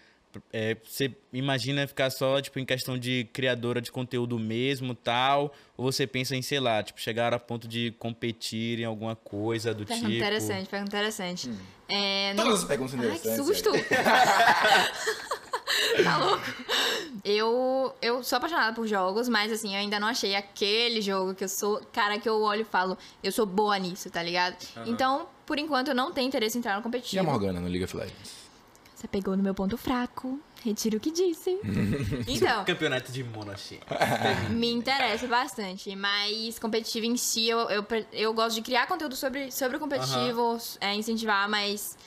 [SPEAKER 1] é, você imagina ficar só, tipo, em questão de criadora de conteúdo mesmo tal? Ou você pensa em, sei lá, tipo, chegar a ponto de competir em alguma coisa do
[SPEAKER 3] Pergunta
[SPEAKER 1] tipo?
[SPEAKER 3] interessante, pergunta interessante. É,
[SPEAKER 2] Todas as perguntas
[SPEAKER 3] Ai, que
[SPEAKER 2] interessantes,
[SPEAKER 3] susto! tá louco? Eu, eu sou apaixonada por jogos, mas assim, eu ainda não achei aquele jogo que eu sou. Cara, que eu olho e falo, eu sou boa nisso, tá ligado? Então, por enquanto, eu não tenho interesse em entrar no
[SPEAKER 2] E a
[SPEAKER 3] competitivo.
[SPEAKER 2] Morgana no League of Legends?
[SPEAKER 3] Você pegou no meu ponto fraco. Retiro o que disse. então,
[SPEAKER 1] Campeonato de Monash.
[SPEAKER 3] me interessa bastante, mas competitivo em si, eu, eu, pre- eu gosto de criar conteúdo sobre, sobre o competitivo, é, incentivar, mas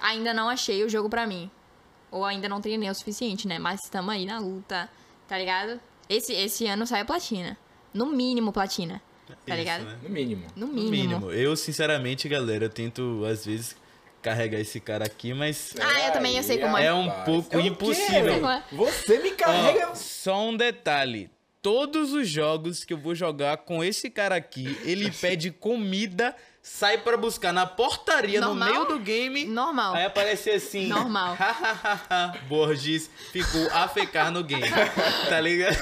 [SPEAKER 3] ainda não achei o jogo pra mim. Ou ainda não treinei o suficiente, né? Mas estamos aí na luta, tá ligado? Esse, esse ano sai a platina. No mínimo platina, tá ligado?
[SPEAKER 2] No mínimo.
[SPEAKER 3] No
[SPEAKER 1] No
[SPEAKER 3] mínimo.
[SPEAKER 1] né? mínimo. Eu, sinceramente, galera, eu tento, às vezes, carregar esse cara aqui, mas.
[SPEAKER 3] Ah, eu também, eu sei como
[SPEAKER 1] É um pouco impossível.
[SPEAKER 3] é.
[SPEAKER 2] Você me
[SPEAKER 1] Ó, só um detalhe. Todos os jogos que eu vou jogar com esse cara aqui, ele pede comida, sai pra buscar na portaria
[SPEAKER 3] Normal?
[SPEAKER 1] no meio do game.
[SPEAKER 3] Normal.
[SPEAKER 1] Aí aparece assim.
[SPEAKER 3] Normal.
[SPEAKER 1] Borges ficou a fecar no game. Tá ligado?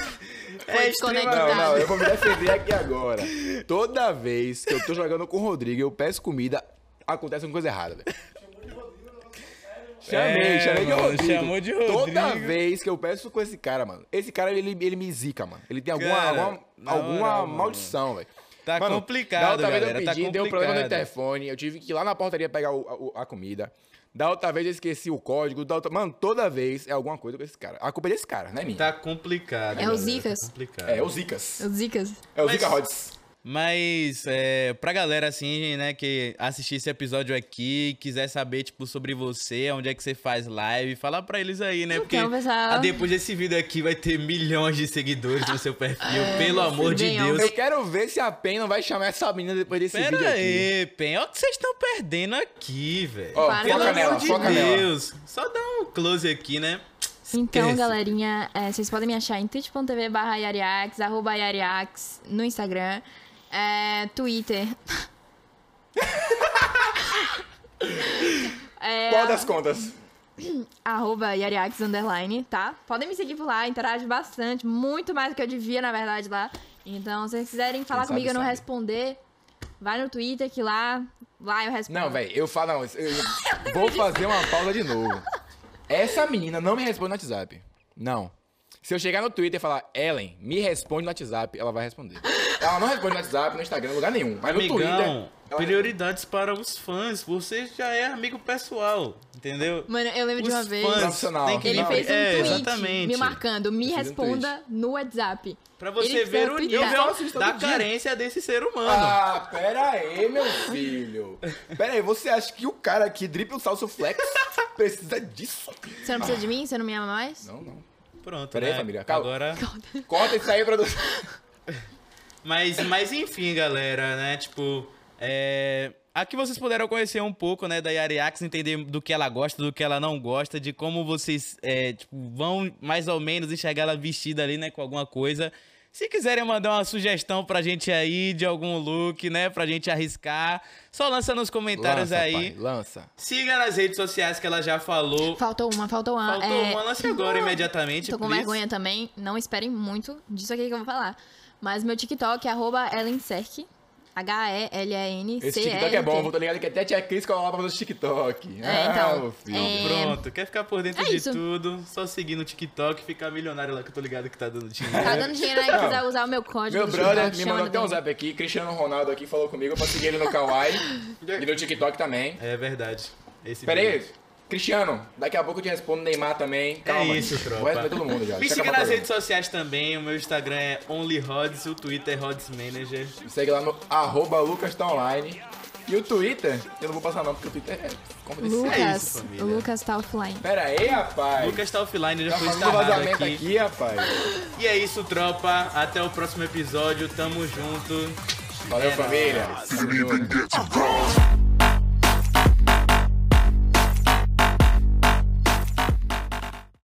[SPEAKER 1] É
[SPEAKER 3] Foi
[SPEAKER 2] Não,
[SPEAKER 3] Cuidado.
[SPEAKER 2] não, eu vou me defender aqui agora. Toda vez que eu tô jogando com o Rodrigo e eu peço comida, acontece uma coisa errada, velho. Chamei,
[SPEAKER 1] É,
[SPEAKER 2] chamei de
[SPEAKER 1] mano,
[SPEAKER 2] Rodrigo.
[SPEAKER 1] chamou de
[SPEAKER 2] Toda
[SPEAKER 1] Rodrigo.
[SPEAKER 2] vez que eu peço com esse cara, mano. Esse cara, ele, ele me zica, mano. Ele tem alguma,
[SPEAKER 1] Cara,
[SPEAKER 2] alguma,
[SPEAKER 1] na
[SPEAKER 2] alguma
[SPEAKER 1] moral, mano.
[SPEAKER 2] maldição, velho.
[SPEAKER 1] Tá
[SPEAKER 2] Mano, da
[SPEAKER 1] complicado,
[SPEAKER 2] outra vez
[SPEAKER 1] galera.
[SPEAKER 2] eu
[SPEAKER 1] tá
[SPEAKER 2] pedi,
[SPEAKER 1] complicado.
[SPEAKER 2] deu problema no interfone. Eu tive que ir lá na portaria pegar o- a, a comida. Da outra vez eu esqueci o código. Da outra... Mano, toda vez é alguma coisa com esse cara. A culpa é desse cara, não é minha.
[SPEAKER 1] Tá complicado.
[SPEAKER 3] É os
[SPEAKER 1] galera,
[SPEAKER 3] Zicas.
[SPEAKER 1] Tá complicado.
[SPEAKER 2] É, é o Zicas.
[SPEAKER 3] Os Zicas.
[SPEAKER 2] É o
[SPEAKER 1] Mas-
[SPEAKER 2] Zica Rods.
[SPEAKER 1] Mas é, pra galera assim, né, que assistir esse episódio aqui, quiser saber, tipo, sobre você, onde é que você faz live, falar pra eles aí, né? Porque
[SPEAKER 3] Então, pessoal.
[SPEAKER 1] ah, depois desse vídeo aqui vai ter milhões de seguidores no seu perfil, pelo amor de
[SPEAKER 3] É, bem, ó.
[SPEAKER 1] Deus.
[SPEAKER 2] Eu quero ver se a PEN não vai chamar essa menina depois desse vídeo
[SPEAKER 1] Pera
[SPEAKER 2] aqui.
[SPEAKER 1] aí, Pen, olha o que vocês estão perdendo aqui, velho.
[SPEAKER 2] Ó,
[SPEAKER 3] Para,
[SPEAKER 1] pelo
[SPEAKER 3] foca
[SPEAKER 1] amor
[SPEAKER 2] nela,
[SPEAKER 1] de
[SPEAKER 2] foca nela.
[SPEAKER 1] Deus. Só dá um close aqui, né?
[SPEAKER 3] Então,
[SPEAKER 1] Esquece.
[SPEAKER 3] galerinha, é, vocês podem me achar em twitch.tv barra Yariax, arroba Yariax no Instagram, é, Twitter. É,
[SPEAKER 2] Qual das contas?
[SPEAKER 3] arroba Yariax underline, tá? Podem me seguir por lá, interage bastante, muito mais do que eu devia, na verdade, lá. Então, se vocês quiserem falar
[SPEAKER 2] sabe,
[SPEAKER 3] comigo e eu não
[SPEAKER 2] sabe.
[SPEAKER 3] responder, vai no Twitter que lá, lá eu respondo.
[SPEAKER 2] Não, velho, eu falo. Não, eu- eu- vou fazer uma pausa de novo. Essa menina não me responde no WhatsApp. Não. Se eu chegar no Twitter e falar, Ellen, me responde no WhatsApp, ela vai responder. Ela não responde no WhatsApp, no Instagram, em lugar nenhum. Mas no É Twitter.
[SPEAKER 1] Amigão,
[SPEAKER 2] ela-
[SPEAKER 1] prioridades para os fãs. Você já é amigo pessoal, entendeu?
[SPEAKER 3] Mano, eu lembro de uma
[SPEAKER 1] Os
[SPEAKER 3] vez...
[SPEAKER 1] fãs
[SPEAKER 2] Profissional.
[SPEAKER 1] têm que-
[SPEAKER 3] Ele
[SPEAKER 2] Não,
[SPEAKER 3] fez um
[SPEAKER 1] é,
[SPEAKER 3] tweet
[SPEAKER 1] exatamente.
[SPEAKER 3] me marcando, me
[SPEAKER 2] Ele fez um
[SPEAKER 3] responda no WhatsApp.
[SPEAKER 1] Pra
[SPEAKER 3] Ele
[SPEAKER 1] você
[SPEAKER 3] fez
[SPEAKER 1] ver
[SPEAKER 3] um
[SPEAKER 1] o
[SPEAKER 3] tweet.
[SPEAKER 1] nível
[SPEAKER 3] Eu
[SPEAKER 2] falo isso todo
[SPEAKER 1] da
[SPEAKER 2] dia.
[SPEAKER 1] carência desse ser humano.
[SPEAKER 2] Ah, pera aí, meu filho. Pera aí, você acha que o cara aqui, Drip o Salso Flex, precisa disso?
[SPEAKER 3] Você não precisa de mim? Você não me ama mais?
[SPEAKER 2] Não, não.
[SPEAKER 1] Pronto,
[SPEAKER 2] Pera aí,
[SPEAKER 1] né?
[SPEAKER 2] família, calma.
[SPEAKER 1] Agora...
[SPEAKER 2] Corta isso aí, produção.
[SPEAKER 1] Mas, mas enfim, galera, né? Tipo, é... aqui vocês puderam conhecer um pouco, né, da Yariax, entender do que ela gosta, do que ela não gosta, de como vocês é, tipo, vão mais ou menos enxergar ela vestida ali, né, com alguma coisa. Se quiserem mandar uma sugestão pra gente aí de algum look, né, pra gente arriscar, só lança nos comentários
[SPEAKER 2] Lança,
[SPEAKER 1] aí.
[SPEAKER 2] pai, lança.
[SPEAKER 1] Siga nas redes sociais que ela já falou.
[SPEAKER 3] Faltou uma, faltou uma.
[SPEAKER 1] Faltou
[SPEAKER 3] é...
[SPEAKER 1] uma, lance agora imediatamente.
[SPEAKER 3] Tô com
[SPEAKER 1] please.
[SPEAKER 3] vergonha também, não esperem muito disso aqui que eu vou falar. Mas meu TikTok é arroba Ellencerk, H-E-L-E-N-C-E-R-K.
[SPEAKER 2] Esse TikTok é bom, vou tô ligado que até a tia Cris coloca pra fazer os TikTok.
[SPEAKER 3] É, então.
[SPEAKER 2] Ah, meu filho.
[SPEAKER 3] É.
[SPEAKER 1] Pronto, quer ficar por dentro
[SPEAKER 3] É
[SPEAKER 1] de
[SPEAKER 3] isso.
[SPEAKER 1] tudo, só seguir no TikTok, ficar milionário lá que eu tô ligado que tá dando dinheiro.
[SPEAKER 3] Tá dando dinheiro aí que
[SPEAKER 2] Não.
[SPEAKER 3] quiser usar o meu código.
[SPEAKER 2] Meu
[SPEAKER 3] do
[SPEAKER 2] brother
[SPEAKER 3] TikTok,
[SPEAKER 2] me
[SPEAKER 3] chama
[SPEAKER 2] mandou
[SPEAKER 3] no
[SPEAKER 2] até um
[SPEAKER 3] DM.
[SPEAKER 2] zap aqui, Cristiano Ronaldo aqui falou comigo pra seguir ele no Kawaii e no TikTok também.
[SPEAKER 1] É verdade. Esse
[SPEAKER 2] Pera
[SPEAKER 1] vídeo.
[SPEAKER 2] aí, Cristiano, daqui a pouco eu te respondo Neymar também. Calma.
[SPEAKER 1] É isso, tropa.
[SPEAKER 2] Vou responder todo mundo já.
[SPEAKER 1] Me
[SPEAKER 2] deixa
[SPEAKER 1] siga
[SPEAKER 2] acabar
[SPEAKER 1] nas
[SPEAKER 2] o
[SPEAKER 1] redes sociais também, o meu Instagram é OnlyRods, o Twitter é Rods Manager.
[SPEAKER 2] programa. Segue lá no arroba Lucas tá online. E o Twitter, eu não vou passar não, porque o Twitter é confidencial.
[SPEAKER 1] É
[SPEAKER 3] Lucas,
[SPEAKER 1] isso, família.
[SPEAKER 3] Lucas tá offline.
[SPEAKER 2] Pera aí, rapaz.
[SPEAKER 1] Lucas tá offline, ele
[SPEAKER 2] tá
[SPEAKER 1] foi
[SPEAKER 2] fazendo
[SPEAKER 1] estarrado
[SPEAKER 2] vazamento
[SPEAKER 1] aqui.
[SPEAKER 2] aqui, rapaz.
[SPEAKER 1] E é isso, tropa. Até o próximo episódio, tamo junto.
[SPEAKER 2] Valeu, família. Tamo junto.
[SPEAKER 4] get to cross.